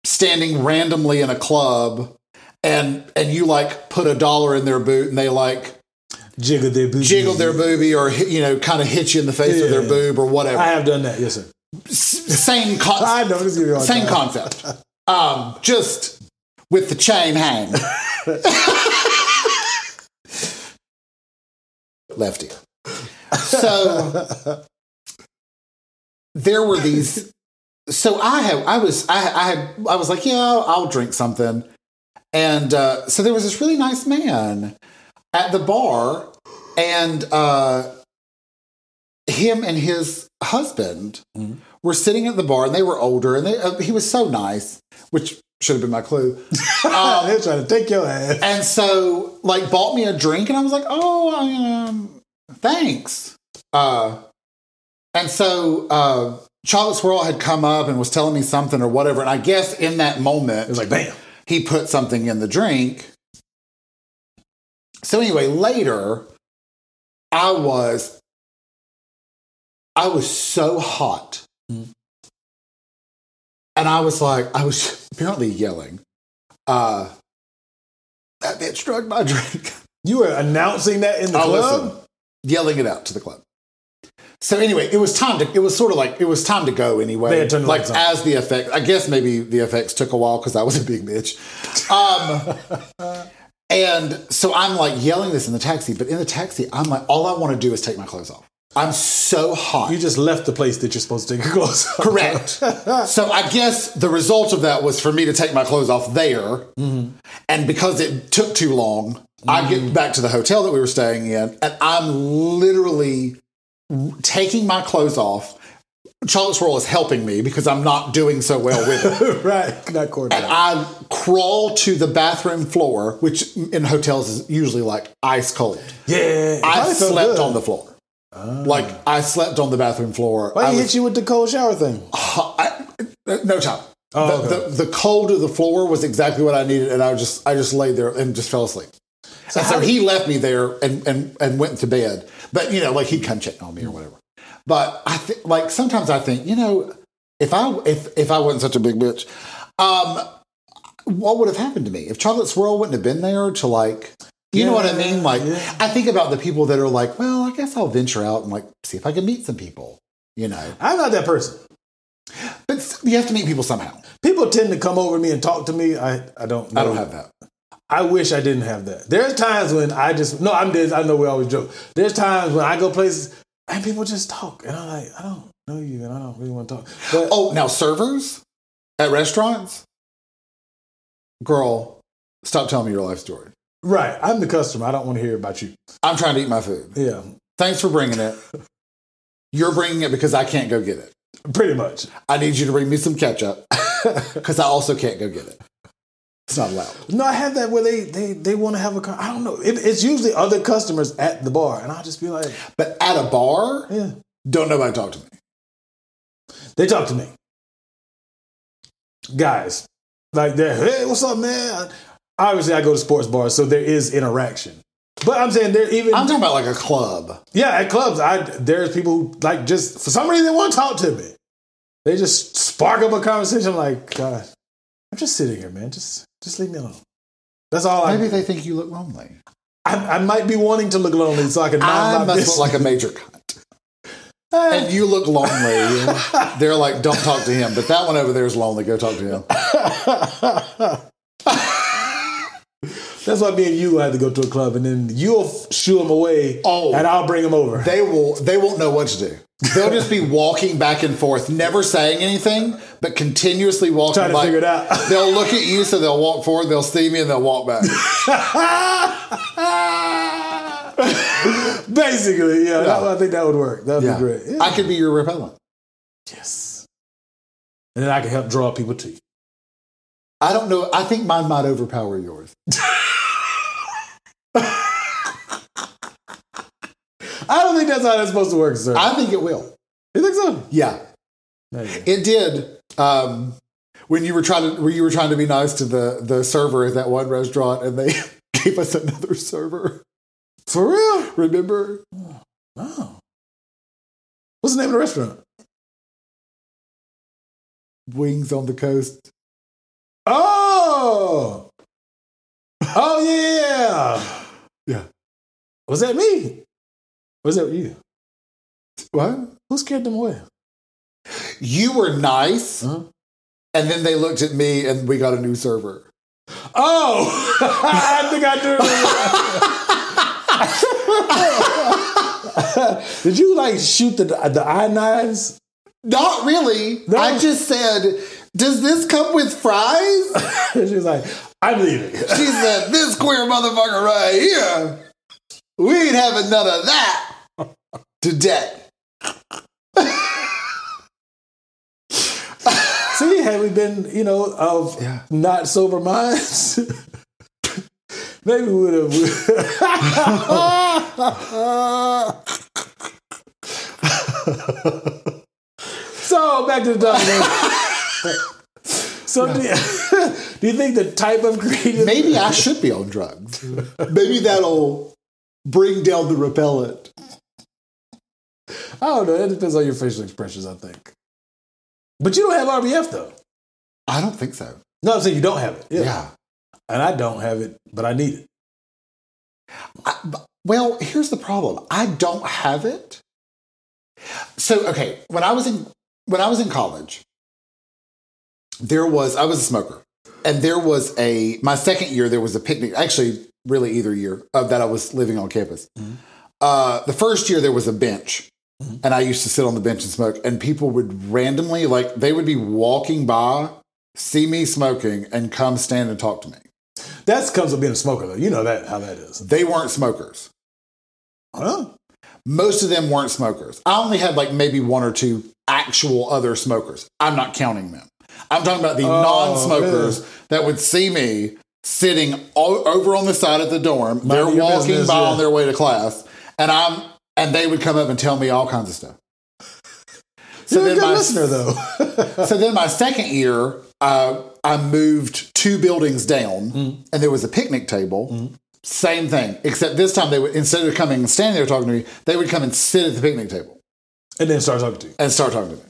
C: standing randomly in a club, and and you like put a dollar in their boot, and they like
B: jiggle their booty.
C: jiggle their boobie, or hit- you know, kind of hit you in the face with
B: Mm. Yeah.
C: their boob or whatever.
B: I have done that. Yes, sir.
C: S- same
B: I
C: concept.
B: know. Just give you all
C: Same
B: time.
C: concept. Um, just with the chain hang. Left ear. So there were these. So I have, I was, I, I had, I was like, yeah, I'll drink something. And uh, so there was this really nice man at the bar, and uh, him and his husband were sitting at the bar, and they were older, and they, uh, he was so nice, which should have been my clue. Um,
B: Oh, they're trying to take your ass.
C: And so, like, bought me a drink, and I was like, "Oh, um, thanks." Uh, and so, uh, Charlotte Swirl had come up and was telling me something or whatever, and I guess in that moment,
B: It's like bam.
C: he put something in the drink. So anyway, later, I was, I was so hot, and I was like, I was apparently yelling, uh, "That bitch drug my drink."
B: You were announcing that in the
C: Oh,
B: club.
C: listen, yelling it out to the club. So anyway, it was time to. It was sort of like it was time to go anyway.
B: They had turned the
C: like
B: lights on.
C: as the effect. I guess maybe the effects took a while because I was a big bitch. Um, and so I'm like yelling this in the taxi, but in the taxi, I'm like, all I want to do is take my clothes off. I'm so hot.
B: You just left the place that you're supposed to take your clothes off.
C: Correct. so I guess the result of that was for me to take my clothes off there.
B: Mm-hmm.
C: And because it took too long, I get back to the hotel that we were staying in and I'm literally taking my clothes off. Charlotte Swirl is helping me because I'm not doing so well with it.
B: right. Not
C: And
B: coordinated.
C: I crawl to the bathroom floor, which in hotels is usually like ice cold.
B: Yeah.
C: I slept on the floor. Like I slept on the bathroom floor.
B: Ah. Why
C: I
B: did he
C: was
B: hit you with the cold shower thing?
C: I, uh, no time.
B: Oh,
C: the, the, the cold of the floor was exactly what I needed, and I was just I just laid there and just fell asleep.
B: Mm-hmm.
C: and so he left me there and, and and went to bed. But you know, like he'd come check on me or whatever. But I think, like, sometimes I think, you know, if I if if I wasn't such a big bitch, um, what would have happened to me if Charlotte's World wouldn't have been there to like. You know what I mean? Like,
B: Yeah.
C: I think about the people that are like, well, I guess I'll venture out and like see if I can meet some people. You know,
B: I'm not that person.
C: but s- you have to meet people somehow.
B: People tend to come over to me and talk to me. I, I don't.
C: I don't
B: know.
C: have that.
B: I wish I didn't have that. There's times when I just no. I'm. There's, I know we always joke. There's times when I go places and people just talk, and I'm like, I don't know you, and I don't really want to talk. But
C: Oh, now servers at restaurants? Girl, stop telling me your life story.
B: right, I'm the customer. I don't want to hear about you.
C: I'm trying to eat my food.
B: Yeah,
C: Thanks for bringing it. You're bringing it because I can't go get it.
B: pretty much.
C: I need you to bring me some ketchup because I also can't go get it. It's not allowed.
B: No, I have that where they they they want to have a. con- I don't know. It, it's usually other customers at the bar, and I'll just be like,
C: But at a bar,
B: yeah,
C: don't nobody talk to me.
B: they talk to me. Guys, like they're hey, what's up, man? Obviously, I go to sports bars, so there is interaction. But I'm saying there even
C: I'm talking about like a club.
B: Yeah, at clubs, I there's people who like just for some reason they want to talk to me. They just spark up a conversation like, God, I'm just sitting here, man. Just just leave me alone. That's all I.
C: Maybe they think you look lonely.
B: I, I might be wanting to look lonely so I can
C: I
B: mind my
C: must look
B: business.
C: like a major cunt. And you look lonely. They're like, don't talk to him. But that one over there is lonely. Go talk to him.
B: That's why me and you had to go to a club, and then you'll f- shoo them away,
C: Oh.
B: and I'll bring them over.
C: they will they won't know what to do they'll just be walking back and forth never saying anything but continuously walking
B: Trying to
C: like-
B: figure it out.
C: they'll look at you so they'll walk forward they'll see me and they'll walk back
B: Basically, yeah, that- I think that would work. That'd
C: Yeah.
B: be great. Yeah.
C: i could be your repellent
B: yes, and then I can help draw people to you.
C: i don't know i think mine might overpower yours
B: I don't think that's how that's supposed to work, sir.
C: i think it will
B: you think so?
C: yeah it did um, when you were trying to when you were trying to be nice to the the server at that one restaurant and they gave us another server
B: For real?
C: remember
B: Wow. What's the name of the restaurant?
C: wings on the coast
B: Oh. Oh yeah.
C: Yeah.
B: Was that me? Was that you?
C: what
B: Who scared them away?
C: you were nice
B: Uh-huh.
C: and then they looked at me and we got a new server
B: Oh, I think I do. remember. Did you like shoot the the eye knives?
C: not really
B: No.
C: i just said does this come with fries
B: she was like, "I'm leaving."
C: she said this queer motherfucker right here we ain't having none of that today
B: See, had we been, you know, of
C: Yeah.
B: not sober minds, maybe we would have. so back to the documentary. so, do, you, do you think the type of creative?
C: maybe i should be on drugs maybe that'll bring down the repellent
B: I don't know. It depends on your facial expressions, I think. But you don't have RBF though.
C: i don't think so
B: No, I'm saying you don't have it.
C: yeah,
B: And I don't have it, but I need it.
C: I- b- well here's the problem i don't have it so okay when i was in when i was in college there was i was a smoker and there was a my second year there was a picnic actually really either year of that i was living on campus uh, the first year there was a bench and i used to sit on the bench and smoke and people would randomly like they would be walking by see me smoking and come stand and talk to me
B: That comes with being a smoker though. You know that how that is.
C: they weren't smokers
B: Huh?
C: most of them weren't smokers. I only had like maybe one or two actual other smokers. I'm not counting them. I'm talking about the
B: Oh,
C: non smokers that would see me sitting o- over on the side of the dorm. They're
B: Minding your
C: walking
B: business,
C: by
B: yeah.
C: on their way to class, and I'm and they would come up and tell me all kinds of stuff.
B: So
C: So
B: You're a
C: then,
B: good
C: my,
B: listener though.
C: so then my second year, uh, I moved two buildings down, and there was a picnic table. Same thing, except this time they would instead of coming and standing there talking to me, they would come and sit at the picnic table,
B: and then start talking to you.
C: and start talking to me.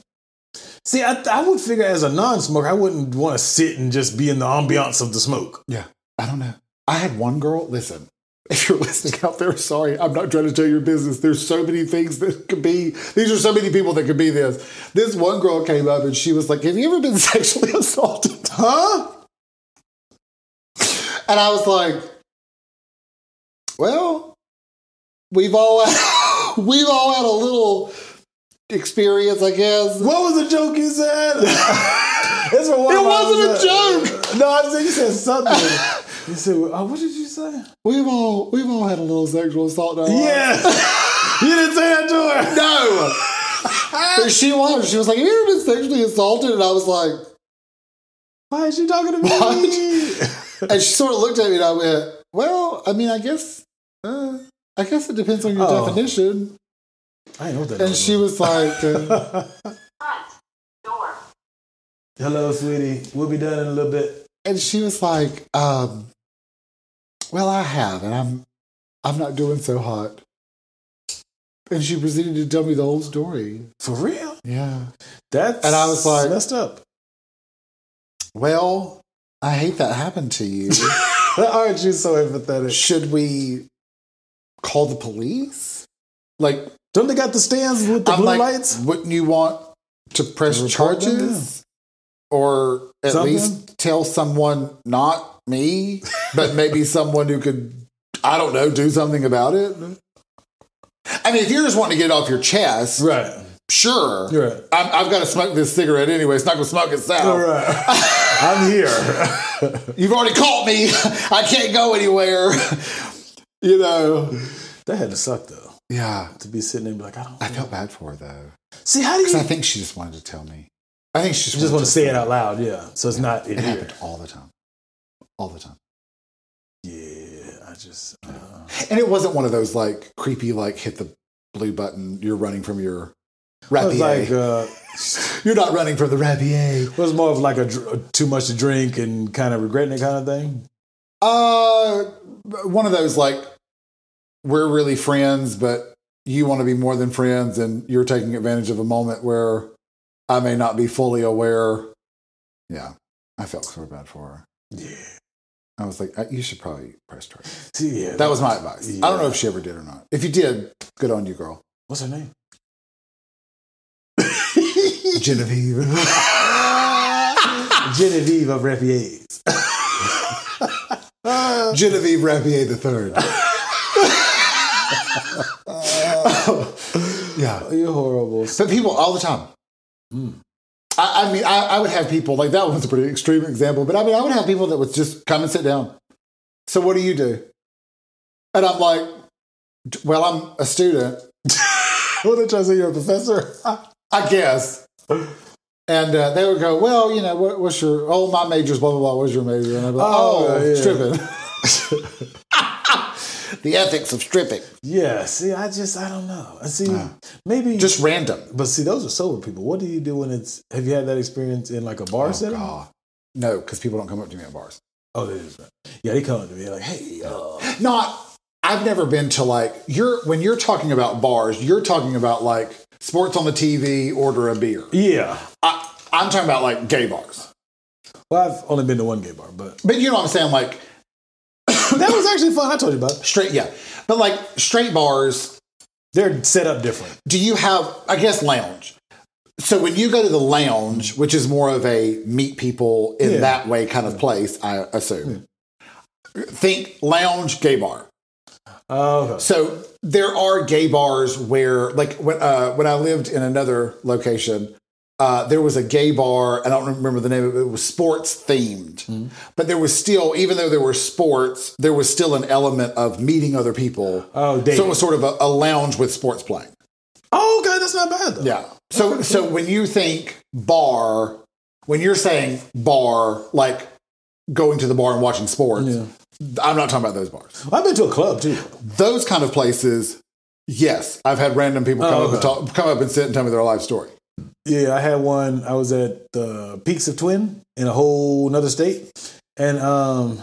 B: See, I, I would figure as a non-smoker, I wouldn't want to sit and just be in the ambiance of the smoke.
C: Yeah. I don't know. I had one girl, listen, if you're listening out there, sorry, I'm not trying to tell your business. There's so many things that could be, these are so many people that could be this. This one girl came up and she was like, Have you ever been sexually assaulted? Huh? And I was like, Well, we've all we've all had a little experience, I guess.
B: What was the joke you said? That's what
C: It wasn't a joke.
B: No, I said you said something. you said, uh, "What did you say?"
C: We've all we've all had a little sexual assault. in our lives.
B: Yes, you didn't say that to her.
C: No. But she was. She was like, Have you ever been sexually assaulted? And I was like,
B: Why is she talking to me?
C: And she sort of looked at me and I went, Well, I mean, I guess, uh, I guess it depends on your
B: Oh.
C: definition.
B: I ain't know what that.
C: And she was like, uh,
D: Front door.
B: Hello, sweetie. We'll be done in a little bit.
C: And she was like, um, Well, I have, and I'm, I'm not doing so hot. And she proceeded to tell me the whole story.
B: For real?
C: Yeah.
B: That's
C: And I was like-
B: messed up.
C: Well, I hate that happened to you.
B: Aren't you so empathetic?
C: Should we call the police? Like,
B: Don't they got the stands with the
C: I'm
B: blue
C: like,
B: lights?
C: Wouldn't you want to press
B: Report them
C: charges or at
B: Something?
C: least tell someone, not me, but maybe someone who could, I don't know, do something about it? I mean, if you're just wanting to get it off your chest,
B: Right.
C: sure.
B: You're right.
C: I'm, I've got to smoke this cigarette anyway. It's not going to smoke itself.
B: All right. I'm here.
C: You've already caught me. I can't go anywhere. you know?
B: That had to suck though.
C: Yeah.
B: To be sitting there and be like, I don't
C: I felt bad for her, though.
B: see how do you
C: Because I think she just wanted to tell me. I think she just,
B: You just want to say it
C: tell me.
B: out loud, yeah. So it's not in
C: It
B: here.
C: happened all the time. All the time.
B: Yeah, I just uh,
C: And it wasn't one of those like creepy, like hit the blue button, you're running from your
B: it
C: rapier.
B: was like uh,
C: you're not running from the rapier.
B: it was more of like a dr- uh, too much to drink and kind of regretting it kind of thing.
C: Uh, one of those like, we're really friends, but you want to be more than friends, and you're taking advantage of a moment where I may not be fully aware. Yeah, I felt sort of bad for her.
B: Yeah,
C: I was like, I- you should probably press charges.
B: see, yeah.
C: That was my advice. I don't know if she ever did or not. If you did, good on you, girl.
B: What's her name?
C: Genevieve.
B: Genevieve of Refugees.
C: Genevieve Rapier the third. yeah.
B: You're horrible.
C: But people all the time. I, I mean, I, I would have people like that one's a pretty extreme example, but I mean, I would have people that would just come and sit down. So what do you do? And I'm like, well, I'm a student,
B: What did I say? You're a professor.
C: I guess. And uh, they would go, well, you know, what, what's your, oh, my major's blah, blah, blah, what's your major? And I'd be like,
B: Oh,
C: oh,
B: yeah.
C: stripping. the ethics of stripping.
B: yeah. See, I just I don't know. I see. Maybe
C: Just random.
B: But see, those are sober people. What do you do when it's? Have you had that experience in like a bar setting?
C: Oh, God. No, because people don't come up to me at bars.
B: Oh, they just yeah, they come up to me like, "Hey, uh,
C: Not, I've never been to like, you're, when you're talking about bars, you're talking about like sports on the TV, order a beer.
B: yeah."
C: I, I'm talking about like gay bars.
B: Well, I've only been to one gay bar, but
C: But you know what I'm saying? Like,
B: that was actually fun. I told you about it.
C: straight, yeah. But like, straight bars,
B: They're set up different.
C: do you have i guess lounge so when you go to the lounge which is more of a meet people in
B: Yeah.
C: that way kind of place i assume think lounge gay bar
B: Oh, okay.
C: so there are gay bars where like when uh, when i lived in another location uh, there was a gay bar i don't remember the name of it it was sports themed
B: Hmm.
C: but there was still even though there were sports there was still an element of meeting other people
B: oh, dating.
C: so it was sort of a, a lounge with sports playing
B: oh, okay, that's not bad though.
C: yeah. So so when you think bar, when you're saying bar, like going to the bar and watching sports, I'm not talking about those bars.
B: I've been to a club too.
C: Those kind of places, yes, I've had random people come
B: Oh,
C: up and talk, come up and sit and tell me their life story.
B: Yeah, I had one. I was at the Peaks of Twin in a whole another state, and um,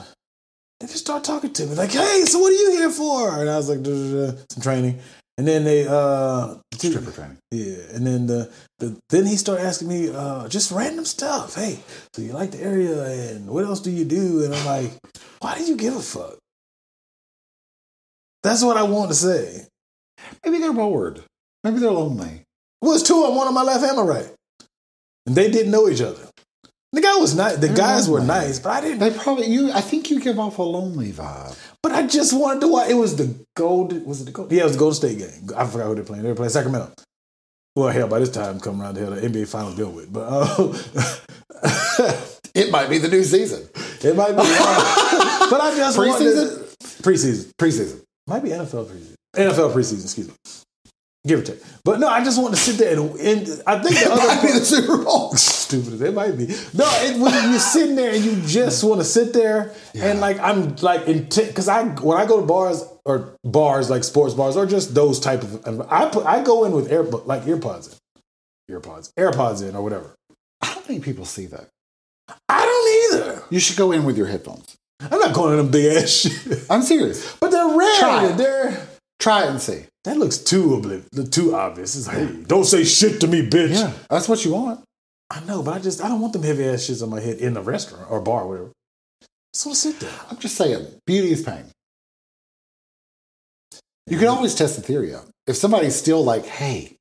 B: they just started talking to me like, "Hey, so what are you here for?" And I was like, "Duh, duh, duh, "Some training." And then they uh
C: Stripper training.
B: yeah, and then the, the then he started asking me uh just random stuff. Hey, so you like the area and what else do you do? And I'm like, why do you give a fuck? That's what I want to say.
C: Maybe they're bored. Maybe they're lonely.
B: Well, it's two on one on my left and my right. And they didn't know each other. The guy was nice. The guys were nice, but I didn't
C: They probably you. I think you give off a lonely vibe.
B: But I just wanted to watch. It was the gold. Was it the gold? Yeah, it was the Golden State game. I forgot who they're playing. They were playing Sacramento. Well, hell, by this time coming around, hell, the NBA Finals deal with. But uh,
C: It might be the new season.
B: it might be. but I just wanted
C: Preseason.
B: to, preseason
C: Preseason.
B: might be NFL preseason. NFL preseason, excuse me. Give or take. But no, I just wanted to sit there and, and I think the other
C: Might be the Super Bowl.
B: stupid as it might be. No, it, when you're sitting there and you just want to sit there and like I'm like intent because I when I go to bars or bars like sports bars or just those type of um, I put I go in with air like earpods in, earpods, AirPods in or whatever.
C: I don't think people see that.
B: I don't either.
C: You should go in with your headphones.
B: I'm not going in them big ass shit.
C: I'm serious.
B: But they're red.
C: Try.
B: They're
C: Try it and see.
B: that looks too obliv- too obvious. It's like, hey, don't say shit to me, bitch.
C: Yeah, that's what you want.
B: I know, but I just I don't want them heavy ass shits on my head in a restaurant or bar, or whatever. So sit there.
C: I'm just saying, beauty is pain. You can always test the theory out. If somebody's still like, "Hey,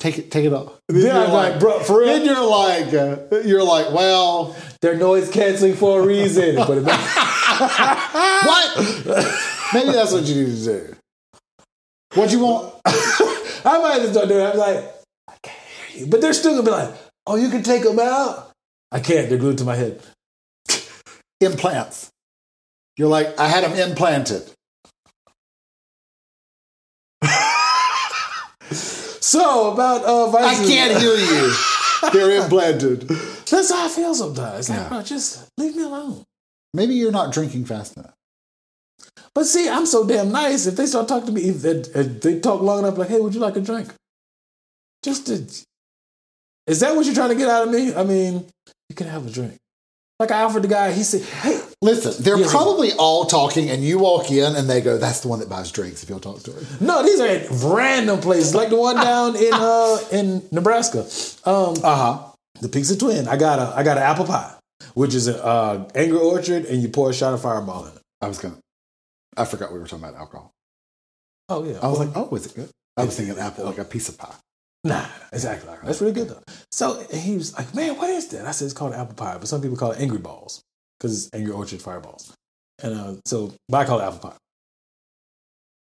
C: take it, take it off," then
B: Then I'm like, bro, for real.
C: Then you're like, uh, you're like, well,
B: They're noise canceling for a reason. But it-
C: what? Maybe that's what you need to do. What you want?
B: I might just don't do it. I'm like, I can't hear you. But they're still gonna be like, oh, you can take them out. I can't. They're glued to my head.
C: Implants. You're like, I had them implanted.
B: So about uh,
C: I
B: vices.
C: can't hear you. They're implanted.
B: That's how I feel sometimes. Like,
C: Yeah.
B: bro, just leave me alone.
C: Maybe you're not drinking fast enough.
B: But see, I'm so damn nice. If they start talking to me, if they, if they talk long enough, like, hey, would you like a drink? Just to, is that what you're trying to get out of me? I mean, you can have a drink. Like I offered the guy, he said, hey,
C: Listen, they're
B: Yes.
C: probably all talking, and you walk in, and they go, "That's the one that buys drinks." If you'll talk to her,
B: No, these are at random places, like the one down in uh in Nebraska. Um,
C: uh huh.
B: the Pizza Twin. I got a I got an apple pie, which is an uh, Angry Orchard, and you pour a shot of Fireball in it.
C: I was gonna. I forgot we were talking about alcohol.
B: Oh yeah,
C: I was like, "Oh, is it good?" I was thinking apple, like a piece of pie.
B: nah, nah, exactly. Like That's really good though. So he was like, "Man, what is that?" I said, "It's called apple pie, but some people call it Angry Balls because it's Angry Orchard Fireballs." And uh, so, but I call it apple pie.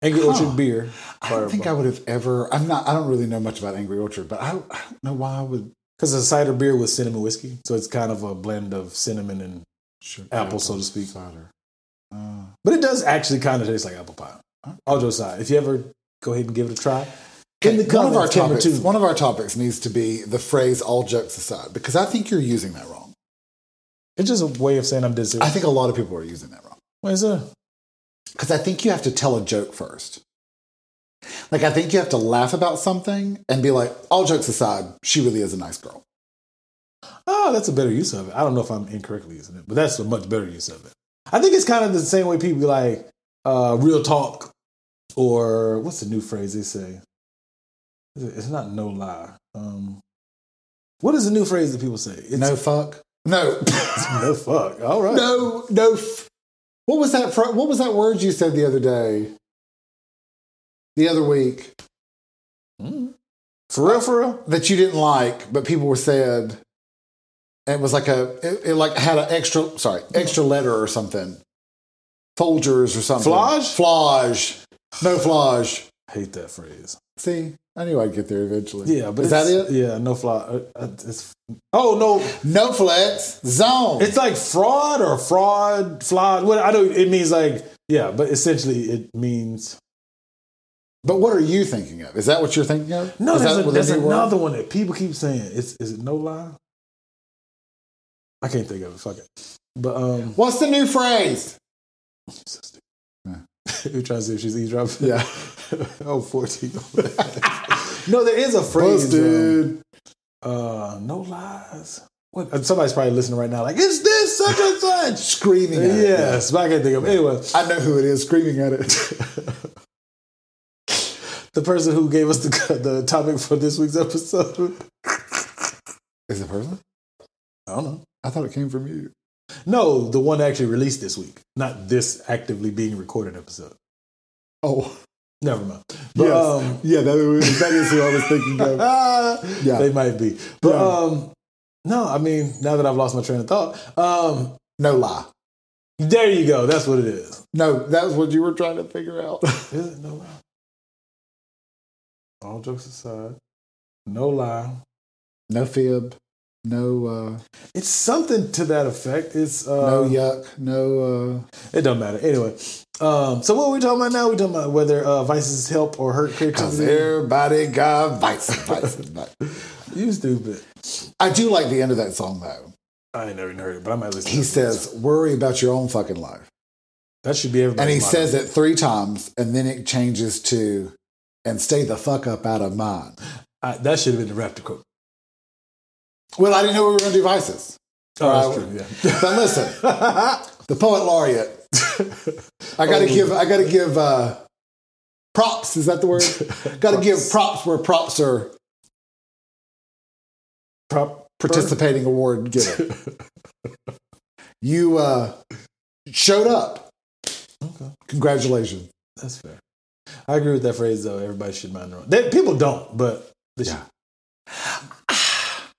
B: Angry Orchard beer.
C: I don't think I
B: Fireball.
C: would have ever. I'm not. I don't really know much about Angry Orchard, but I, I don't know why I would.
B: Because it's a cider beer with cinnamon whiskey, so it's kind of a blend of cinnamon and
C: Sure,
B: Apple, so to speak.
C: Cider. Uh,
B: But it does actually kind of taste like apple pie. All jokes aside, if you ever go ahead and give it a try, in the
C: one of our
B: comments, comment
C: topics.
B: too.
C: One of our topics needs to be the phrase "all jokes aside" because I think you're using that wrong.
B: It's just a way of saying I'm dead
C: I
B: serious.
C: think a lot of people are using that wrong.
B: What is that?
C: Because I think you have to tell a joke first. Like, I think you have to laugh about something and be like, all jokes aside, she really is a nice girl.
B: Oh, that's a better use of it. I don't know if I'm incorrectly using it, but that's a much better use of it. I think it's kind of the same way people be like uh, real talk or what's the new phrase they say? Is it- It's not no lie. Um, what is the new phrase that people say? It's
C: No fuck. No.
B: no fuck. All right.
C: no, no. F- what was that? Fr- what was that word you said the other day? The other week
B: For real, for real?
C: that you didn't like, but people were said it was like a it, it like had an extra sorry extra letter or something, Folgers or something.
B: Flage?
C: Flage. No flage.
B: I hate that phrase.
C: See, I knew I'd get there eventually.
B: Yeah, but
C: is that
B: it's-
C: it?
B: Yeah, no fly. uh, uh, It's, oh no,
C: No flex zone.
B: it's like fraud or fraud, flawed. What I don't. It means like yeah, but essentially it means
C: but what are you thinking of? Is that what you're thinking of?
B: no.
C: is
B: There's,
C: that
B: a,
C: what the
B: there's
C: new word-
B: another one that people keep saying. It's is it no lie? I can't think of it. Fuck it. But um,
C: What's the new phrase?
B: you're trying to see if she's eavesdropping.
C: Yeah.
B: oh, 14. no, there is a phrase. Um,
C: Busted.
B: uh, no lies. What? uh, Somebody's probably listening right now. Like, is this such and such?
C: Screaming at it.
B: Yes, but I can't think of it. Anyway,
C: I know who it is screaming at it.
B: the the person who gave us the the topic for this week's episode.
C: Is it person?
B: I don't know.
C: I thought it came from you.
B: No, the one actually released this week, not this actively being recorded episode.
C: Oh,
B: Never mind. But,
C: yes.
B: um,
C: yeah, that is, that is who I was thinking of. Yeah.
B: They might be. But
C: Yeah.
B: um no, I mean, now that I've lost my train of thought, um
C: No lie.
B: there you go. That's what it is.
C: No, that was what you were trying to figure out.
B: Is it no lie? All jokes aside, no lie.
C: no fib. No, uh,
B: It's something to that effect. It's uh
C: no yuck. No, uh,
B: it don't matter. Anyway. Um so what are we talking about now? We're talking about whether uh vices help or hurt
C: cause
B: creativity.
C: everybody got vice, vice, vice.
B: You stupid.
C: I do like the end of that song though.
B: I ain't never even heard it, but I might listen
C: He
B: to it.
C: says, "Worry about your own fucking life,"
B: that should be
C: and
B: everybody.
C: he says it three times, and then it changes to, "And stay the fuck up out of mine."
B: I, that should have been the raptor quote.
C: Well, I didn't know we were going to do vices.
B: Oh,
C: Alright.
B: that's true,
C: But listen,
B: yeah.
C: the poet laureate. I got to
B: Oh.
C: give. I got to give uh, props. Is that the word? got to give props where props are
B: Prop
C: participating award given. you uh, showed up.
B: Okay.
C: Congratulations.
B: That's fair. I agree with that phrase though. Everybody should mind their own. They, people don't, but they should.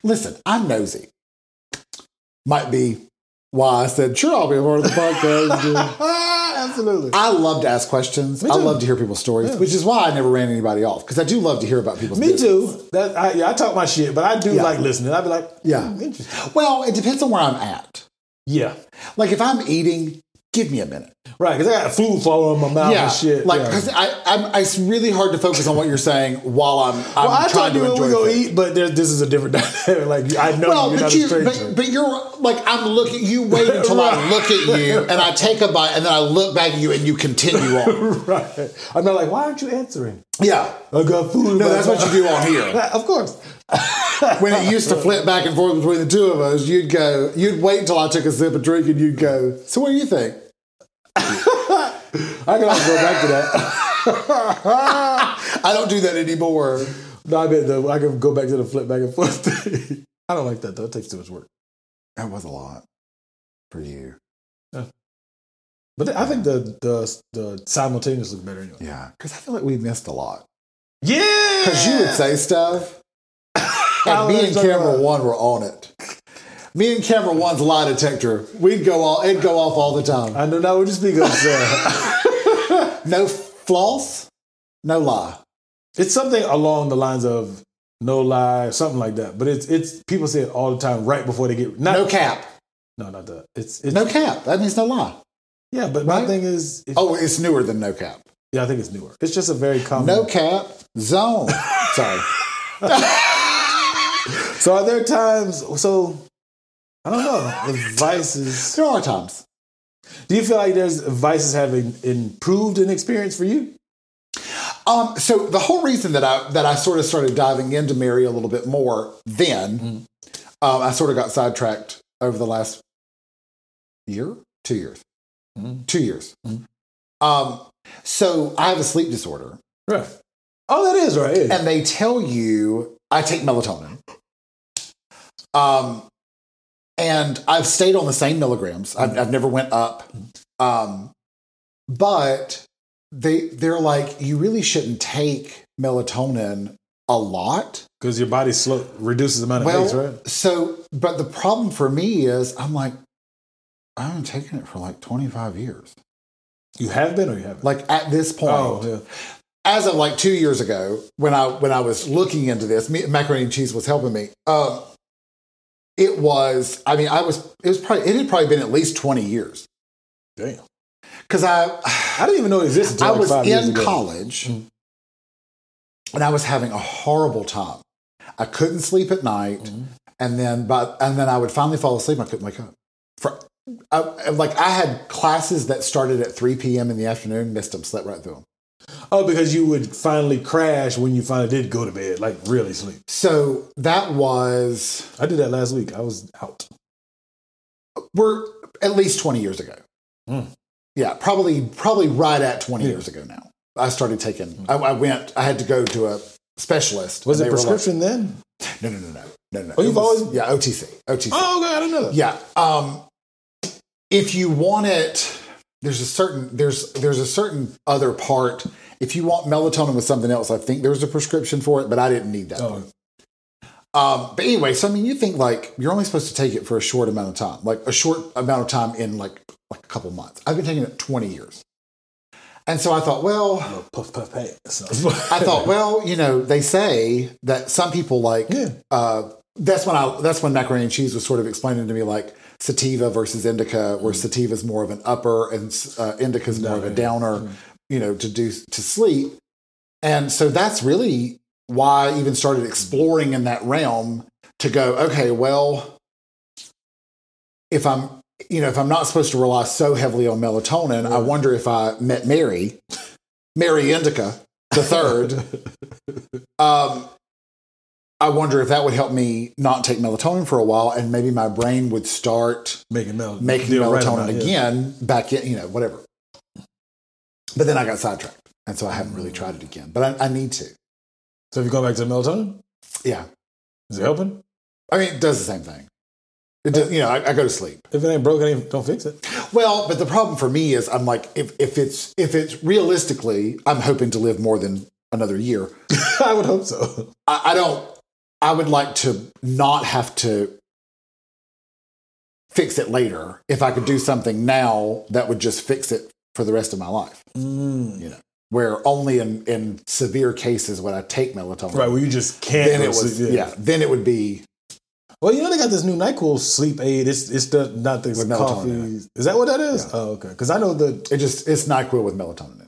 C: Listen, I'm nosy. Might be why I said, sure, I'll be a part of the podcast.
B: Ah, absolutely.
C: I love to ask questions.
B: Me
C: I
B: too.
C: love to hear people's stories,
B: Yeah.
C: which is why I never ran anybody off because I do love to hear about people's
B: Me
C: business.
B: too. That I, yeah, I talk my shit, but I do
C: Yeah.
B: like listening. I'd be like,
C: Yeah.
B: "Hmm, interesting.
C: Well, it depends on where I'm at.
B: Yeah,
C: Like if I'm eating, give me a minute.
B: right. Because I got food falling in my mouth and Oh, shit.
C: Like,
B: Yeah.
C: because I'm, it's really hard to focus on what you're saying while I'm, I'm
B: well, I
C: trying
B: told you
C: to
B: when
C: enjoy
B: we go
C: food.
B: eat, but there, this is a different dynamic. like I know
C: Well,
B: you're
C: but
B: not
C: you,
B: a stranger.
C: but, but you're like I'm looking. You wait until I look at you, and I take a bite, and then I look back at you, and you continue on.
B: right. I'm not like, why aren't you answering?
C: Yeah,
B: I got food. in
C: no,
B: my
C: that's what
B: mouth."
C: you do on here.
B: Of course.
C: When it used to flip back and forth between the two of us, you'd go, you'd wait until I took a sip of drink, and you'd go. So what do you think?
B: I can always go back to that.
C: I don't do that anymore.
B: No, I bet the, I can go back to the flip back and forth thing. I don't like that though. It takes too much work.
C: That was a lot for you.
B: But I think the the the simultaneous look better anyway.
C: Yeah, because I feel like we missed a lot.
B: Yeah,
C: Because you would say stuff, and me and camera one were on it. Me and camera one's lie detector. We'd go all, it'd go off all the time.
B: I know now what you speak of. sir.
C: No floss, no lie.
B: it's something along the lines of no lie, or something like that. But it's it's people say it all the time right before they get not,
C: No cap,
B: No, not that. It's it's
C: no cap. That means no lie.
B: yeah. But my
C: Right?
B: thing is, it,
C: Oh, it's newer than no cap.
B: yeah, I think it's newer. It's just a very common.
C: No cap zone. Sorry.
B: So are there times? So I don't know. If vices.
C: There are times.
B: Do you feel like there's vices having improved an experience for you?
C: Um, so the whole reason that I that I sort of started diving into Mary a little bit more then, um, I sort of got sidetracked over the last year, two years, two years. Um, so I have a sleep disorder,
B: Right. Oh, that is right. yeah.
C: and they tell you I take melatonin. Um, and I've stayed on the same milligrams. I've, I've never went up. Um, but they they're like you really shouldn't take melatonin a lot.
B: Because your body slow reduces the amount of
C: Well,
B: eggs, right?
C: so but the problem for me is I'm like I've been taking it for like 25 years.
B: You have been or you haven't?
C: Like at this point,
B: oh, yeah.
C: as of like two years ago, when I when I was looking into this, me, macaroni and cheese was helping me. Um, it was, I mean, I was, it was probably, it had probably been at least twenty years
B: Damn.
C: because I
B: I didn't even know it existed until
C: I
B: like
C: was
B: five years
C: in
B: ago. Mm-hmm.
C: college, and I was having a horrible time. I couldn't sleep at night,
B: Mm-hmm.
C: and then but and then I would finally fall asleep. and I couldn't wake up. For I, I- like I had classes that started at three p.m. in the afternoon, missed them, slept right through them.
B: Oh, because you would finally crash when you finally did go to bed, like really sleep.
C: So that was
B: I did that last week. I was out.
C: we're at least 20 years ago.
B: Mm. Hmm.
C: Yeah, probably probably right at 20 years ago now. I started taking. I, I went. I had to go to a specialist.
B: Was
C: and
B: it
C: they were like-
B: prescription then?
C: no, no, no, no, no, no.
B: Oh,
C: It
B: you've
C: was-
B: always-
C: yeah, OTC, OTC.
B: Oh, God, I don't know.
C: Yeah. Um, if you want it, there's a certain there's there's a certain other part. If you want melatonin with something else, I think there's a prescription for it, but I didn't need that.
B: Oh.
C: Um, but anyway, so I mean, you think like you're only supposed to take it for a short amount of time, like a short amount of time in like like a couple months. I've been taking it 20 years, and so I thought, well,
B: oh, Puff, puff, hey. So-
C: I thought, well, you know, they say that some people like
B: Yeah.
C: uh, that's when I that's when macaroni and cheese was sort of explaining to me like sativa versus indica, where sativa is more of an upper and uh, indica is more of a downer, you know, to do to sleep. And so that's really why I even started exploring in that realm to go, okay, well, if I'm you know, if I'm not supposed to rely so heavily on melatonin, I wonder if I met Mary, Mary Indica the third. um, I wonder if that would help me not take melatonin for a while, and maybe my brain would start
B: making mel-
C: making
B: yeah, right
C: melatonin
B: about it, yeah.
C: again back in, you know, whatever. But then I got sidetracked, and so I haven't
B: Mm.
C: really tried it again. But I, I need to.
B: So have you gone back to melatonin?
C: Yeah,
B: Is it helping?
C: I mean, it does the same thing. It does, you know, I, I go to sleep.
B: If it ain't broken, ain't, don't fix it.
C: Well, but the problem for me is I'm like, if, if it's if it's realistically, I'm hoping to live more than another year.
B: I would hope so.
C: I, I don't. I would like to not have to fix it later. If I could do something now that would just fix it for the rest of my life,
B: Mm.
C: where only in, in severe cases would I take melatonin.
B: Right, well, you just can't.
C: Then it
B: go to
C: was
B: sleep,
C: yeah. Then it would be
B: Well, you know they got this new Nyquil sleep aid. It's it's the not the
C: With melatonin in
B: coffee. Is that what that is?
C: Yeah.
B: Oh, okay. Because I know the
C: it just it's Nyquil with melatonin. in it.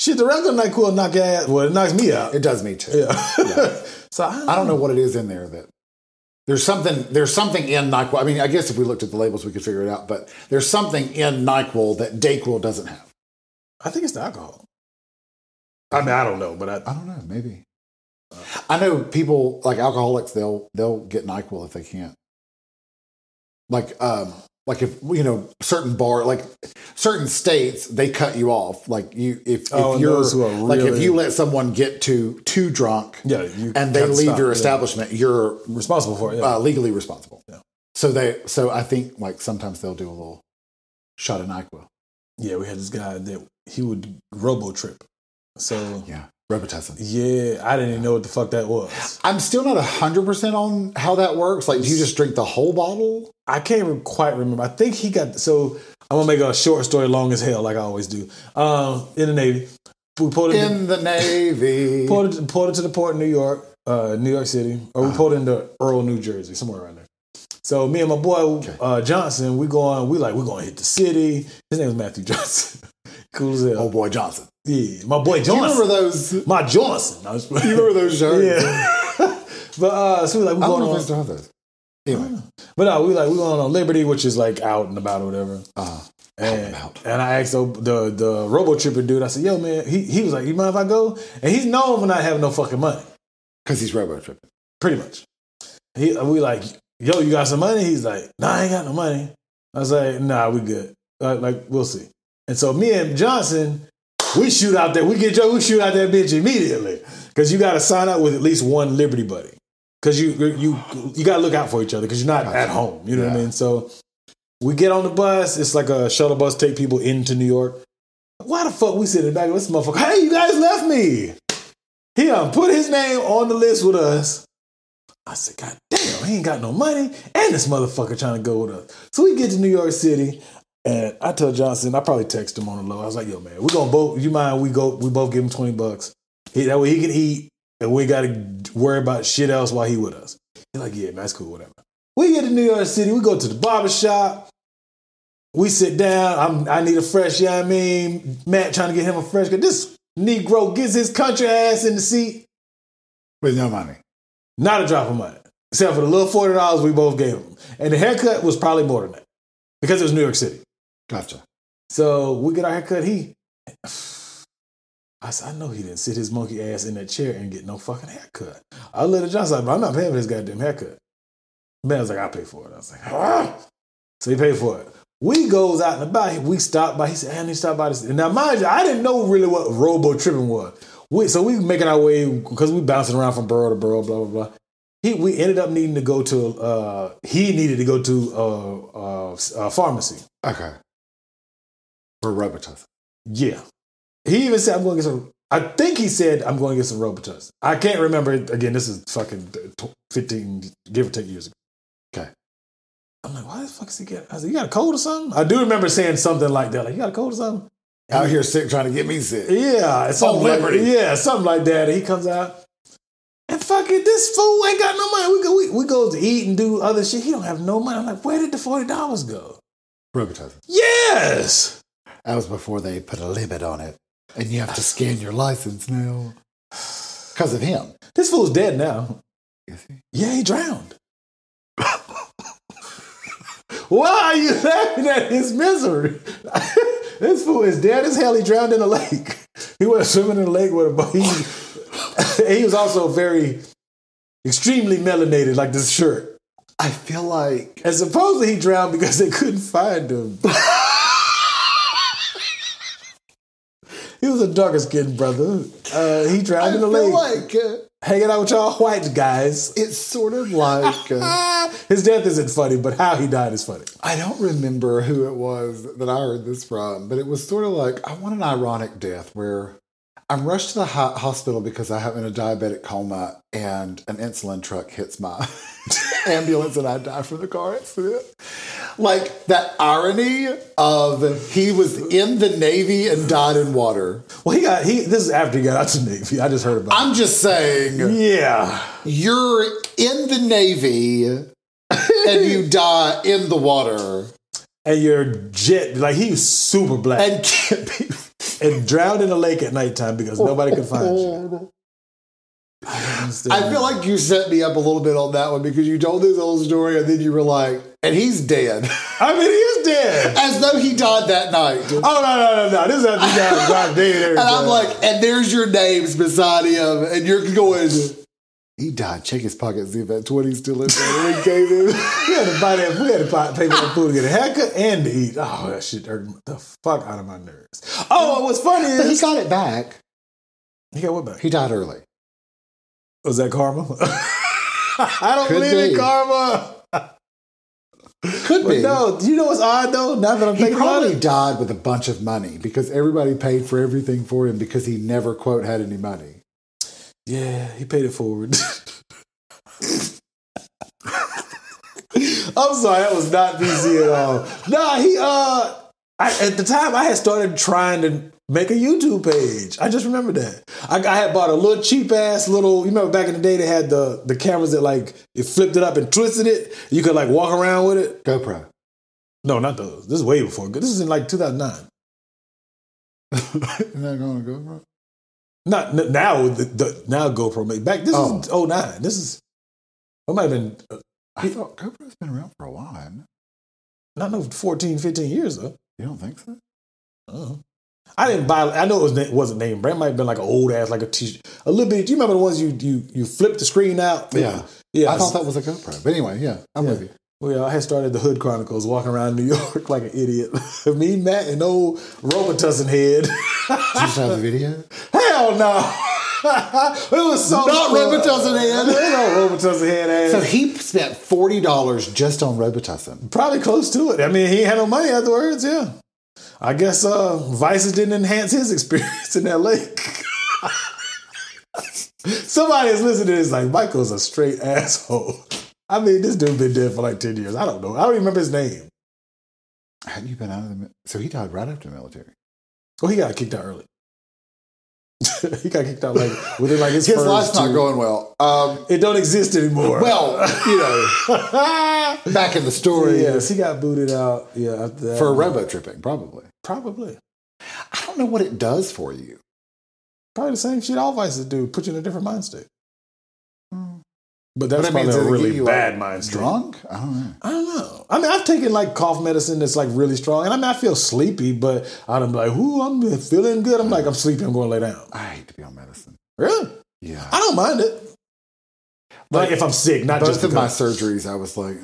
B: shit. The regular Nyquil will knock your ass. Well, it knocks me out.
C: It does me too.
B: Yeah. so I don't,
C: I don't know what it is in there that there's something there's something in Nyquil. I mean, I guess if we looked at the labels, we could figure it out. But there's something in Nyquil that Dayquil doesn't have.
B: I think it's the alcohol. I mean, I don't know, but I,
C: I don't know. Maybe I know people like alcoholics. They'll they'll get Nyquil if they can't. Like um like if you know certain bar like certain states they cut you off. Like you if,
B: Oh,
C: if
B: and
C: you're
B: those who are
C: like if
B: really-
C: you let someone get too too drunk
B: yeah, you
C: and they
B: gotta
C: leave
B: stop,
C: your
B: yeah.
C: establishment, you're
B: responsible for it. Yeah.
C: uh, legally responsible.
B: Yeah.
C: So they, so I think like sometimes they'll do a little shot of Nyquil.
B: yeah, we had this guy that he would robo trip. So
C: Yeah, Robitussin.
B: yeah, I didn't even know what the fuck that was.
C: I'm still not hundred percent on how that works. Like, do you just drink the whole bottle?
B: I can't re- quite remember. I think he got so I'm gonna make a short story long as hell, like I always do. Um, in the Navy, we pulled him
C: In the Navy.
B: pulled it, pulled it to the port in New York, uh, New York City, or
C: Uh-huh.
B: we pulled into Earl, New Jersey, somewhere around there. So me and my boy uh, Johnson, we going, we like, we're going to hit the city. His name is Matthew Johnson. cool as hell.
C: Oh boy, Johnson.
B: Yeah, my boy
C: Do you remember
B: Johnson.
C: those? You
B: My Johnson. I was,
C: remember those shirts?
B: yeah. but uh, so we like, we're
C: I don't
B: going
C: know if they
B: on.
C: still have those. Anyway,
B: But uh, we like, we're going on Liberty, which is like out and about or whatever.
C: uh,
B: And,
C: about.
B: and I asked the the, the robo tripper dude. I said, "Yo, man," he, he was like, "You mind if I go?" And he's known for not having no fucking money.
C: because he's robo tripping.
B: pretty much. He, we like, yo, you got some money? He's like, nah, I ain't got no money. I was like, nah, we good. Uh, like, we'll see. And so me and Johnson, we shoot out there. We get Joe, we shoot out that bitch immediately because you got to sign up with at least one Liberty buddy because you you you got to look out for each other because you're not at home. You know what I
C: Yeah.
B: mean? So we get on the bus. It's like a shuttle bus take people into New York. Why the fuck we sitting in the back of this motherfucker? Hey, you guys left me. He done put his name on the list with us. I said, God damn, he ain't got no money, and this motherfucker trying to go with us. So we get to New York City, and I tell Johnson, I probably text him on the low. I was like, Yo, man, we gonna both. You mind we go? We both give him twenty bucks. He, that way he can eat, and we gotta worry about shit else while he with us. He's like, Yeah, man, that's cool, whatever. We get to New York City. We go to the barber shop. We sit down. I'm, I need a fresh. You know what I mean, Matt trying to get him a fresh. This Negro gets his country ass in the seat.
C: With no money.
B: Not a drop of money, except for the little forty dollars we both gave him, and the haircut was probably more than that because it was New York City.
C: Gotcha.
B: So we get our haircut. He, I said, I know he didn't sit his monkey ass in that chair and get no fucking haircut. I looked at Johnson, but I'm not paying for this goddamn haircut. Man was like, I'll pay for it. I was like, ah. So he paid for it. We goes out and about. We stop by. He said, "I need to stop by this." And now, mind you, I didn't know really what robo tripping was. We, so we making our way because we bouncing around from borough to borough, blah blah blah. He, we ended up needing to go to. Uh, he needed to go to uh, uh, a pharmacy.
C: Okay. For Robitussin.
B: Yeah. He even said, I'm going to get some. I think he said, I'm going to get some Robitussin. I can't remember. it. Again, this is fucking tw- 15, give or take years ago.
C: Okay.
B: I'm like, why the fuck is he getting? I said, you got a cold or something? I do remember saying something like that. Like, you got a cold or something?
C: Out here sick trying to get me sick.
B: Yeah. It's something like-
C: Liberty.
B: yeah, something like that. And he comes out. And fucking this fool ain't got no money. We go, we, we go to eat and do other shit. He don't have no money. I'm like, where did the forty dollars go?
C: Robitussin.
B: Yes.
C: That was before they put a limit on it. And you have to scan your license now. Because of him.
B: This fool's dead now.
C: Is he?
B: Yeah, he drowned. Why are you laughing at his misery? this fool is dead as hell. He drowned in a lake. He went swimming in a lake with a boat. He, he was also very extremely melanated, like this shirt.
C: I feel like
B: And supposedly he drowned because they couldn't find him. he was a darker skinned brother. Uh, he
C: I
B: drowned in a
C: feel like
B: lake,
C: uh,
B: hanging out with y'all white guys.
C: it's sort of like uh,
B: His death isn't funny, but how he died is funny.
C: I don't remember who it was that I heard this from, but it was sort of like I want an ironic death where I'm rushed to the ho- hospital because I have in a diabetic coma and an insulin truck hits my ambulance and I die from the car accident. Like that irony of he was in the Navy and died in water.
B: Well, he got he. This is after he got out to Navy. I just heard about.
C: I'm just saying.
B: it. Yeah,
C: you're in the navy and you die in the water
B: and your jet like he was super black
C: and can't be
B: and, drowned in a lake at nighttime because nobody could find you. I don't understand.
C: I feel like you set me up a little bit on that one because you told this whole story and then you were like, and he's dead.
B: I mean, he is dead.
C: As though he died that night. And
B: Oh no no no no! This is after he got dropped dead. And
C: I'm like, and there's your names beside him, and you're going, he died. Check his pocket, see if that 20's still in there. And we gave him.
B: we had to buy that. We had to buy, pay for that food to get a haircut and to eat. Oh, that shit hurt the fuck out of my nerves. Oh, and what's funny
C: But he
B: is
C: got it back.
B: he got what back?
C: He died early.
B: Was that karma? I don't
C: Could
B: believe in
C: be.
B: karma.
C: Could
B: But
C: be.
B: no, you know what's odd though? Now that I'm
C: He
B: thinking about
C: probably
B: it,
C: died with a bunch of money because everybody paid for everything for him because he never quote had any money.
B: yeah, he paid it forward. I'm sorry, that was not PC at all. Nah, he uh, I, at the time I had started trying to make a YouTube page. I just remember that I, I had bought a little cheap ass little. You remember back in the day they had the the cameras that like it flipped it up and twisted it. You could like walk around with it.
C: GoPro.
B: No, not those. This is way before. This is in like 2009.
C: Isn't that going to GoPro?
B: Not n- now. The, the now GoPro made back. This is
C: Oh.
B: 09. This is. It might have been uh,
C: I thought GoPro's been around for a while. hasn't it?
B: not no 14, 15 years though.
C: You don't think so?
B: I don't know. I didn't buy. I know it was na- wasn't name brand. It might have been like an old ass, like a t a little bit. Do you remember the ones you you you flip the screen out? yeah.
C: I thought that was a GoPro. But anyway, yeah, I'm with you.
B: Well, I had started the Hood Chronicles, walking around New York like an idiot. Me, Matt, and old Robitussin head.
C: Did you just have the video?
B: Hell no. it was so
C: Not Robitussin head.
B: No Robitussin head ass.
C: So he spent $40 just on Robitussin.
B: Probably close to it. I mean, he ain't had no money afterwards. Yeah, I guess uh, vices didn't enhance his experience in that lake. Somebody that's listening to this like Michael's a straight asshole. I mean, this dude been dead for like ten years. I don't know. I don't even remember his name.
C: Hadn't you been out of the mi- So he died right after the military.
B: Oh, he got kicked out early. he got kicked out like within like his,
C: His
B: first
C: life's not
B: two-
C: going well. Um,
B: It don't exist anymore.
C: well, you know, back in the story
B: yes, he got booted out. Yeah, after that.
C: for robo tripping, probably.
B: probably
C: I don't know what it does for you.
B: probably the same shit all vices do. Put you in a different mind state.
C: But
B: But that's
C: I mean,
B: probably
C: does
B: a
C: it
B: really
C: give you, like,
B: bad mind state.
C: Drunk? I don't know.
B: I don't know. I mean, I've taken like cough medicine that's like really strong, and I mean, I feel sleepy, but I'm like, "Ooh, I'm feeling good." I'm like, "I'm sleepy. I'm going to lay down."
C: I hate to be on medicine.
B: Really,
C: Yeah.
B: I don't mind it. Like if I'm sick, not
C: Both
B: just
C: of my
B: because.
C: surgeries, I was like,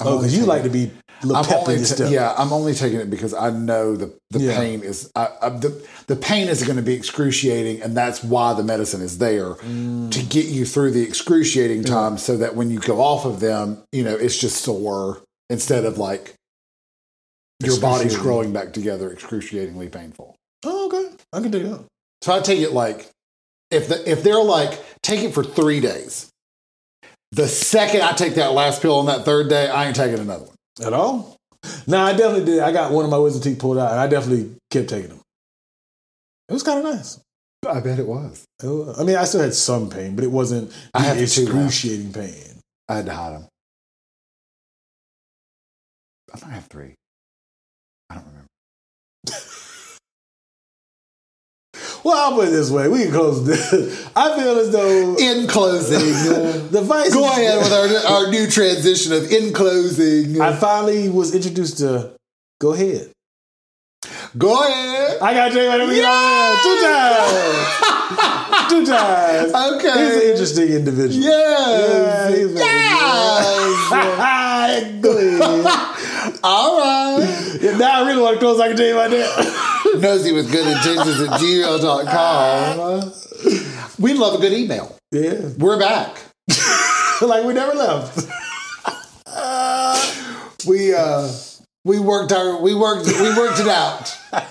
B: Oh, because you like to be a little
C: I'm
B: pep in
C: only
B: your
C: ta-
B: step.
C: yeah, I'm only taking it because I know the, the
B: Yeah.
C: pain is I, I, the the pain is going to be excruciating, and that's why the medicine is there to get you through the excruciating time, so that when you go off of them, you know it's just sore instead of like your body's
B: Excruciating.
C: growing back together, excruciatingly painful.
B: Oh, okay. I can do that.
C: So I take it like if the, if they're like take it for three days. The second I take that last pill on that third day, I ain't taking another one.
B: At all? No, I definitely did. I got one of my wisdom teeth pulled out, and I definitely kept taking them. It was kind of nice.
C: I bet it was.
B: It wa- I mean, I still had some pain, but it wasn't
C: I have
B: the
C: two
B: excruciating pain.
C: I had to hide them. I might have three. I don't remember.
B: Well, I'll put it this way: we can close this. I feel as though
C: In closing,
B: the vice.
C: go ahead with our, our new transition of in closing.
B: I finally was introduced to. Go ahead.
C: go ahead.
B: I got Jay right over here. Two times. Two times. He's an
C: Okay.
B: interesting individual. Yeah,
C: Yes.
B: he's very
C: Yes.
B: Good.
C: All right.
B: Yeah, now I really want to close like a Jay right there.
C: Nosy with good intentions at gmail.com. We'd love a good email.
B: Yeah,
C: We're back.
B: like we never left.
C: we uh we worked our we worked we worked it out. Um,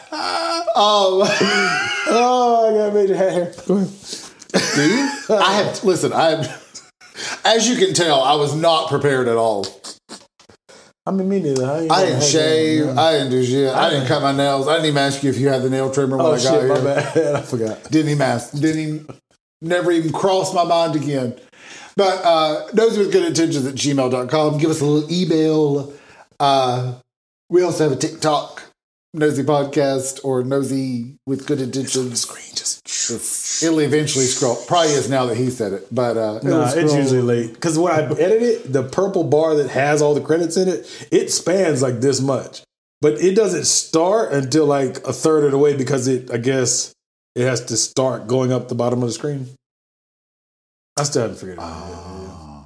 B: Oh, I got a major hat hair. Go ahead.
C: dude, I have listen. I as you can tell, I was not prepared at all.
B: I mean, me neither. I, ain't
C: I
B: got a
C: didn't
B: hat
C: shave.
B: on, man.
C: I didn't do shit. I didn't cut my nails. I didn't even ask you if you had the nail trimmer when
B: Oh
C: I
B: shit,
C: got
B: my
C: here.
B: bad. I forgot.
C: Didn't even ask. Didn't even never even cross my mind again. But uh those with good intentions at gmail.com. Give us a little email. Uh we also have a TikTok, Nosy Podcast, or Nosy with Good Intentions.
B: Screen just.
C: It's- it'll eventually scroll. Probably is now that he said it, but uh, it'll
B: Nah, it's
C: scroll.
B: usually late because when I edit it, the purple bar that has all the credits in it, it spans like this much, but it doesn't start until like a third of the way because it, I guess, it has to start going up the bottom of the screen. I still haven't figured it out.
C: Ah.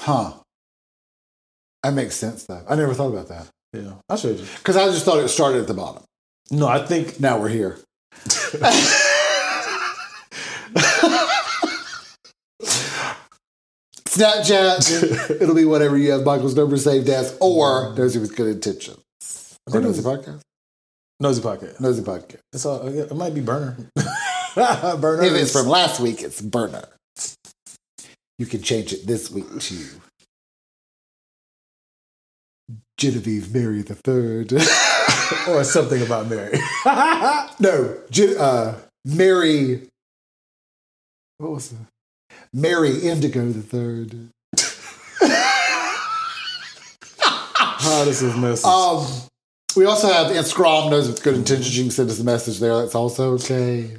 C: huh? That makes sense though. I never thought about that
B: yet. yeah, I'll show you.
C: because I just thought it started at the bottom.
B: No, I think
C: Now we're here. Snapchat. It'll be whatever you have Michael's number saved as, or Nosy with good intentions. Or
B: think it
C: Nosy podcast.
B: Nosy Podcast.
C: Nosy podcast.
B: It's all, it might be Burner. burner.
C: If it's
B: is-
C: from last week, it's burner. You can change it this week to Genevieve Mary the Third.
B: or something about Mary. Oh,
C: no, Gen- uh, Mary. What was the Mary Indigo the Third?
B: oh, this is messy.
C: Um, we also have Instagram. Knows with good intentions. You can send us a message there. That's also okay.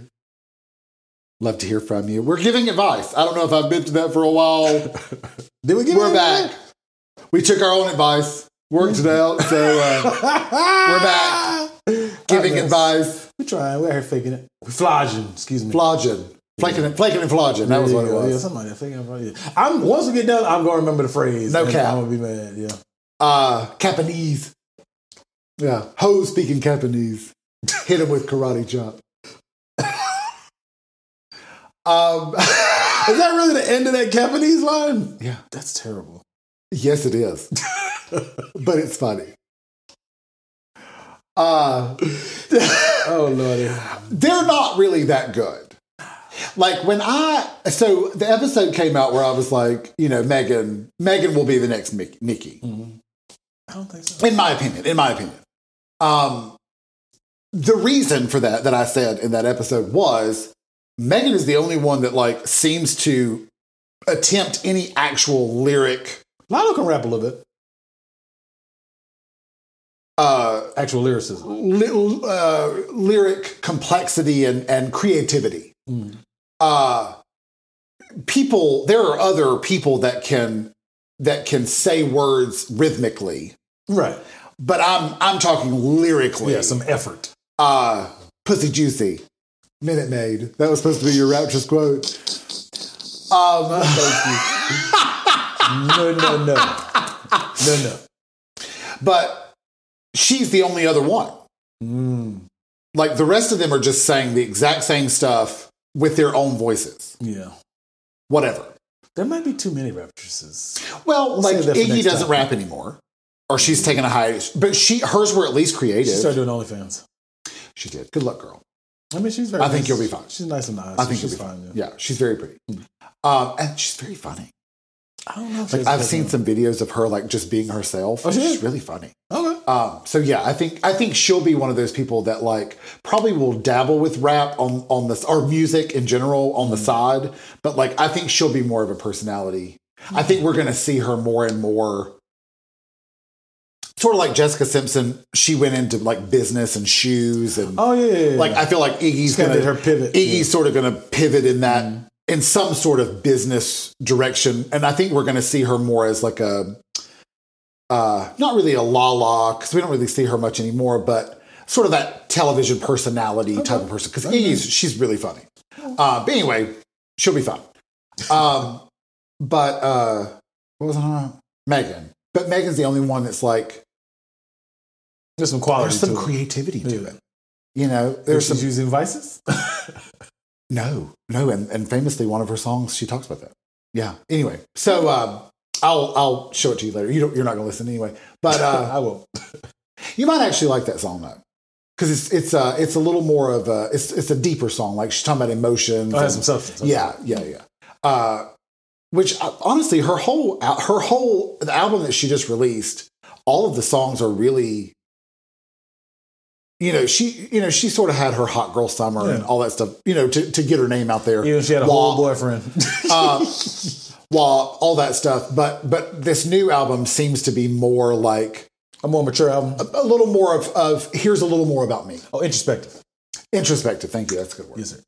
C: Love to hear from you. We're giving advice. I don't know if I've been to that for a while.
B: Did we get
C: We're
B: it?
C: back. We took our own advice, worked it out. So uh, we're back giving
B: Goodness.
C: advice,
B: We're trying. We're here faking it. We're flogging. Excuse me.
C: flogging, flaking and flaking and flogging. That was what it
B: Yeah,
C: was.
B: somebody faking it, probably. I'm once we get done, I'm gonna remember the phrase.
C: No
B: and
C: cap.
B: I'm gonna be mad. Yeah.
C: Uh, Capanese. Yeah, ho speaking Capanese. Hit him with karate chop. um,
B: Is that really the end of that Japanese line?
C: yeah,
B: That's terrible.
C: yes, it is, but it's funny. Uh,
B: Oh lordy.
C: they're not really that good. Like when I so the episode came out where I was like, you know, Megan, Megan will be the next Mick- Nikki,
B: Mm-hmm. I don't think so.
C: in my opinion. In my opinion, um, the reason for that that I said in that episode was Megan is the only one that like seems to attempt any actual lyric,
B: Lionel can rap a little bit.
C: uh,
B: Actual lyricism.
C: li- uh lyric complexity and and creativity.
B: Mm.
C: uh people there are other people that can that can say words rhythmically
B: Right.
C: but i'm i'm talking lyrically
B: Yeah, some effort.
C: uh pussy juicy minute maid that was supposed to be your rapturous quote um
B: No, no, no. No, no.
C: But she's the only other one.
B: Mm,
C: Like the rest of them are just saying the exact same stuff with their own voices.
B: Yeah.
C: Whatever.
B: There might be too many raptresses.
C: Well, like
B: save that for
C: Iggy
B: next
C: doesn't
B: time.
C: rap anymore. Or she's taking a hiatus. But she hers were at least creative.
B: She
C: She,
B: started doing OnlyFans.
C: did. Good luck, girl.
B: I mean, she's very.
C: I think
B: nice.
C: you'll be fine.
B: She's nice and honest.
C: I think
B: she's
C: you'll be
B: fine. yeah.
C: Yeah, she's very pretty. Um, and she's very funny.
B: I don't know. If she
C: Like
B: has a
C: I've
B: cousin.
C: seen some videos of her like just being herself.
B: Oh, she
C: she's
B: is?
C: really funny.
B: Okay.
C: Um, so yeah, I think I think she'll be one of those people that like probably will dabble with rap on on this or music in general on the side, but like I think she'll be more of a personality. I think we're gonna see her more and more. Sort of like Jessica Simpson, she went into like business and shoes and
B: Oh yeah. yeah, yeah.
C: like I feel like Iggy's
B: She kinda
C: gonna
B: did her pivot,
C: Iggy's
B: yeah. Mm-hmm.
C: sort of gonna pivot in that in some sort of business direction, and I think we're gonna see her more as like a uh, not really a la la because we don't really see her much anymore, but sort of that television personality type of person. Because Iggy's she's really funny. Uh, but anyway, she'll be fine. Um, but uh, what was I on? Megan. But Megan's the only one that's like
B: there's some quality.
C: there's some
B: to it.
C: creativity to
B: Yeah.
C: it. You know, there's some
B: she's using vices.
C: No, no, and, and famously, one of her songs, she talks about that. Yeah. Anyway, so um, I'll I'll show it to you later. You don't, you're not going to listen anyway, but uh,
B: I will.
C: you might actually like that song though, because it's it's uh, it's a little more of a it's it's a deeper song. Like she's talking about emotions.
B: I have
C: and-
B: some substance. Okay.
C: yeah, yeah, yeah. Uh, which uh, honestly, her whole al- her whole the album that she just released, all of the songs are really, you know, she you know she sort of had her hot girl summer and
B: Yeah.
C: all that stuff, you know, to, to get her name out there.
B: Even if she had a
C: While-
B: whole boyfriend.
C: uh, while all that stuff, but but this new album seems to be more like
B: a more mature album.
C: a little more of of here's a little more about me.
B: Oh, introspective.
C: Introspective. Thank you. That's a good word.
B: Yes, sir.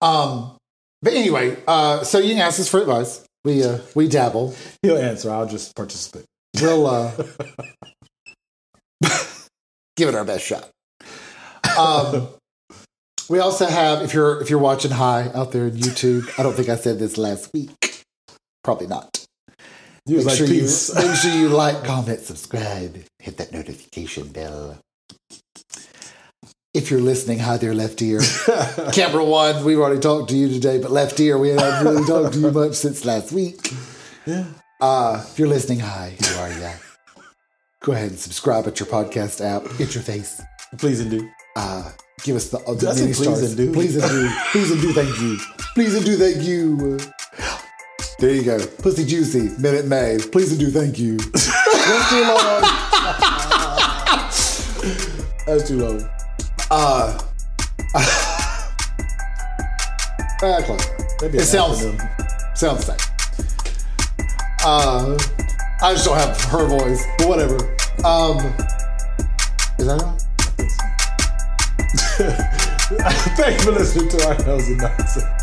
C: Um, but anyway, uh, so you can ask us for advice. We uh, we dabble.
B: He'll answer. I'll just participate.
C: We'll uh, give it our best shot. Um, we also have if you're if you're watching high out there on YouTube. I don't think I said this last week. Probably not.
B: He was
C: Make
B: like,
C: sure,
B: peace.
C: you, make sure you like, comment, subscribe, hit that notification bell. If you're listening, hi there, left ear. Camera one, we've already talked to you today, but left ear, we haven't really talked to you much since last week.
B: Yeah.
C: Uh, if you're listening, hi, who are ya? Go ahead and subscribe at your podcast app. It's your face.
B: Please and do.
C: Uh, give us the, uh,
B: Did I
C: the
B: say
C: many
B: please
C: stars.
B: and do?
C: Please and do. Please and do. Thank you. Please and do. Thank you. There you go. Pussy Juicy, Minute Maid. Please and do. Thank you. That's too long.
B: That's too low.
C: Ah, close.
B: That'd be
C: It
B: an
C: sounds-
B: acronym.
C: Sounds like. Uh, I just don't have her voice, but whatever. Um, is that all?
B: Thanks for listening to our Hells and Nonsense.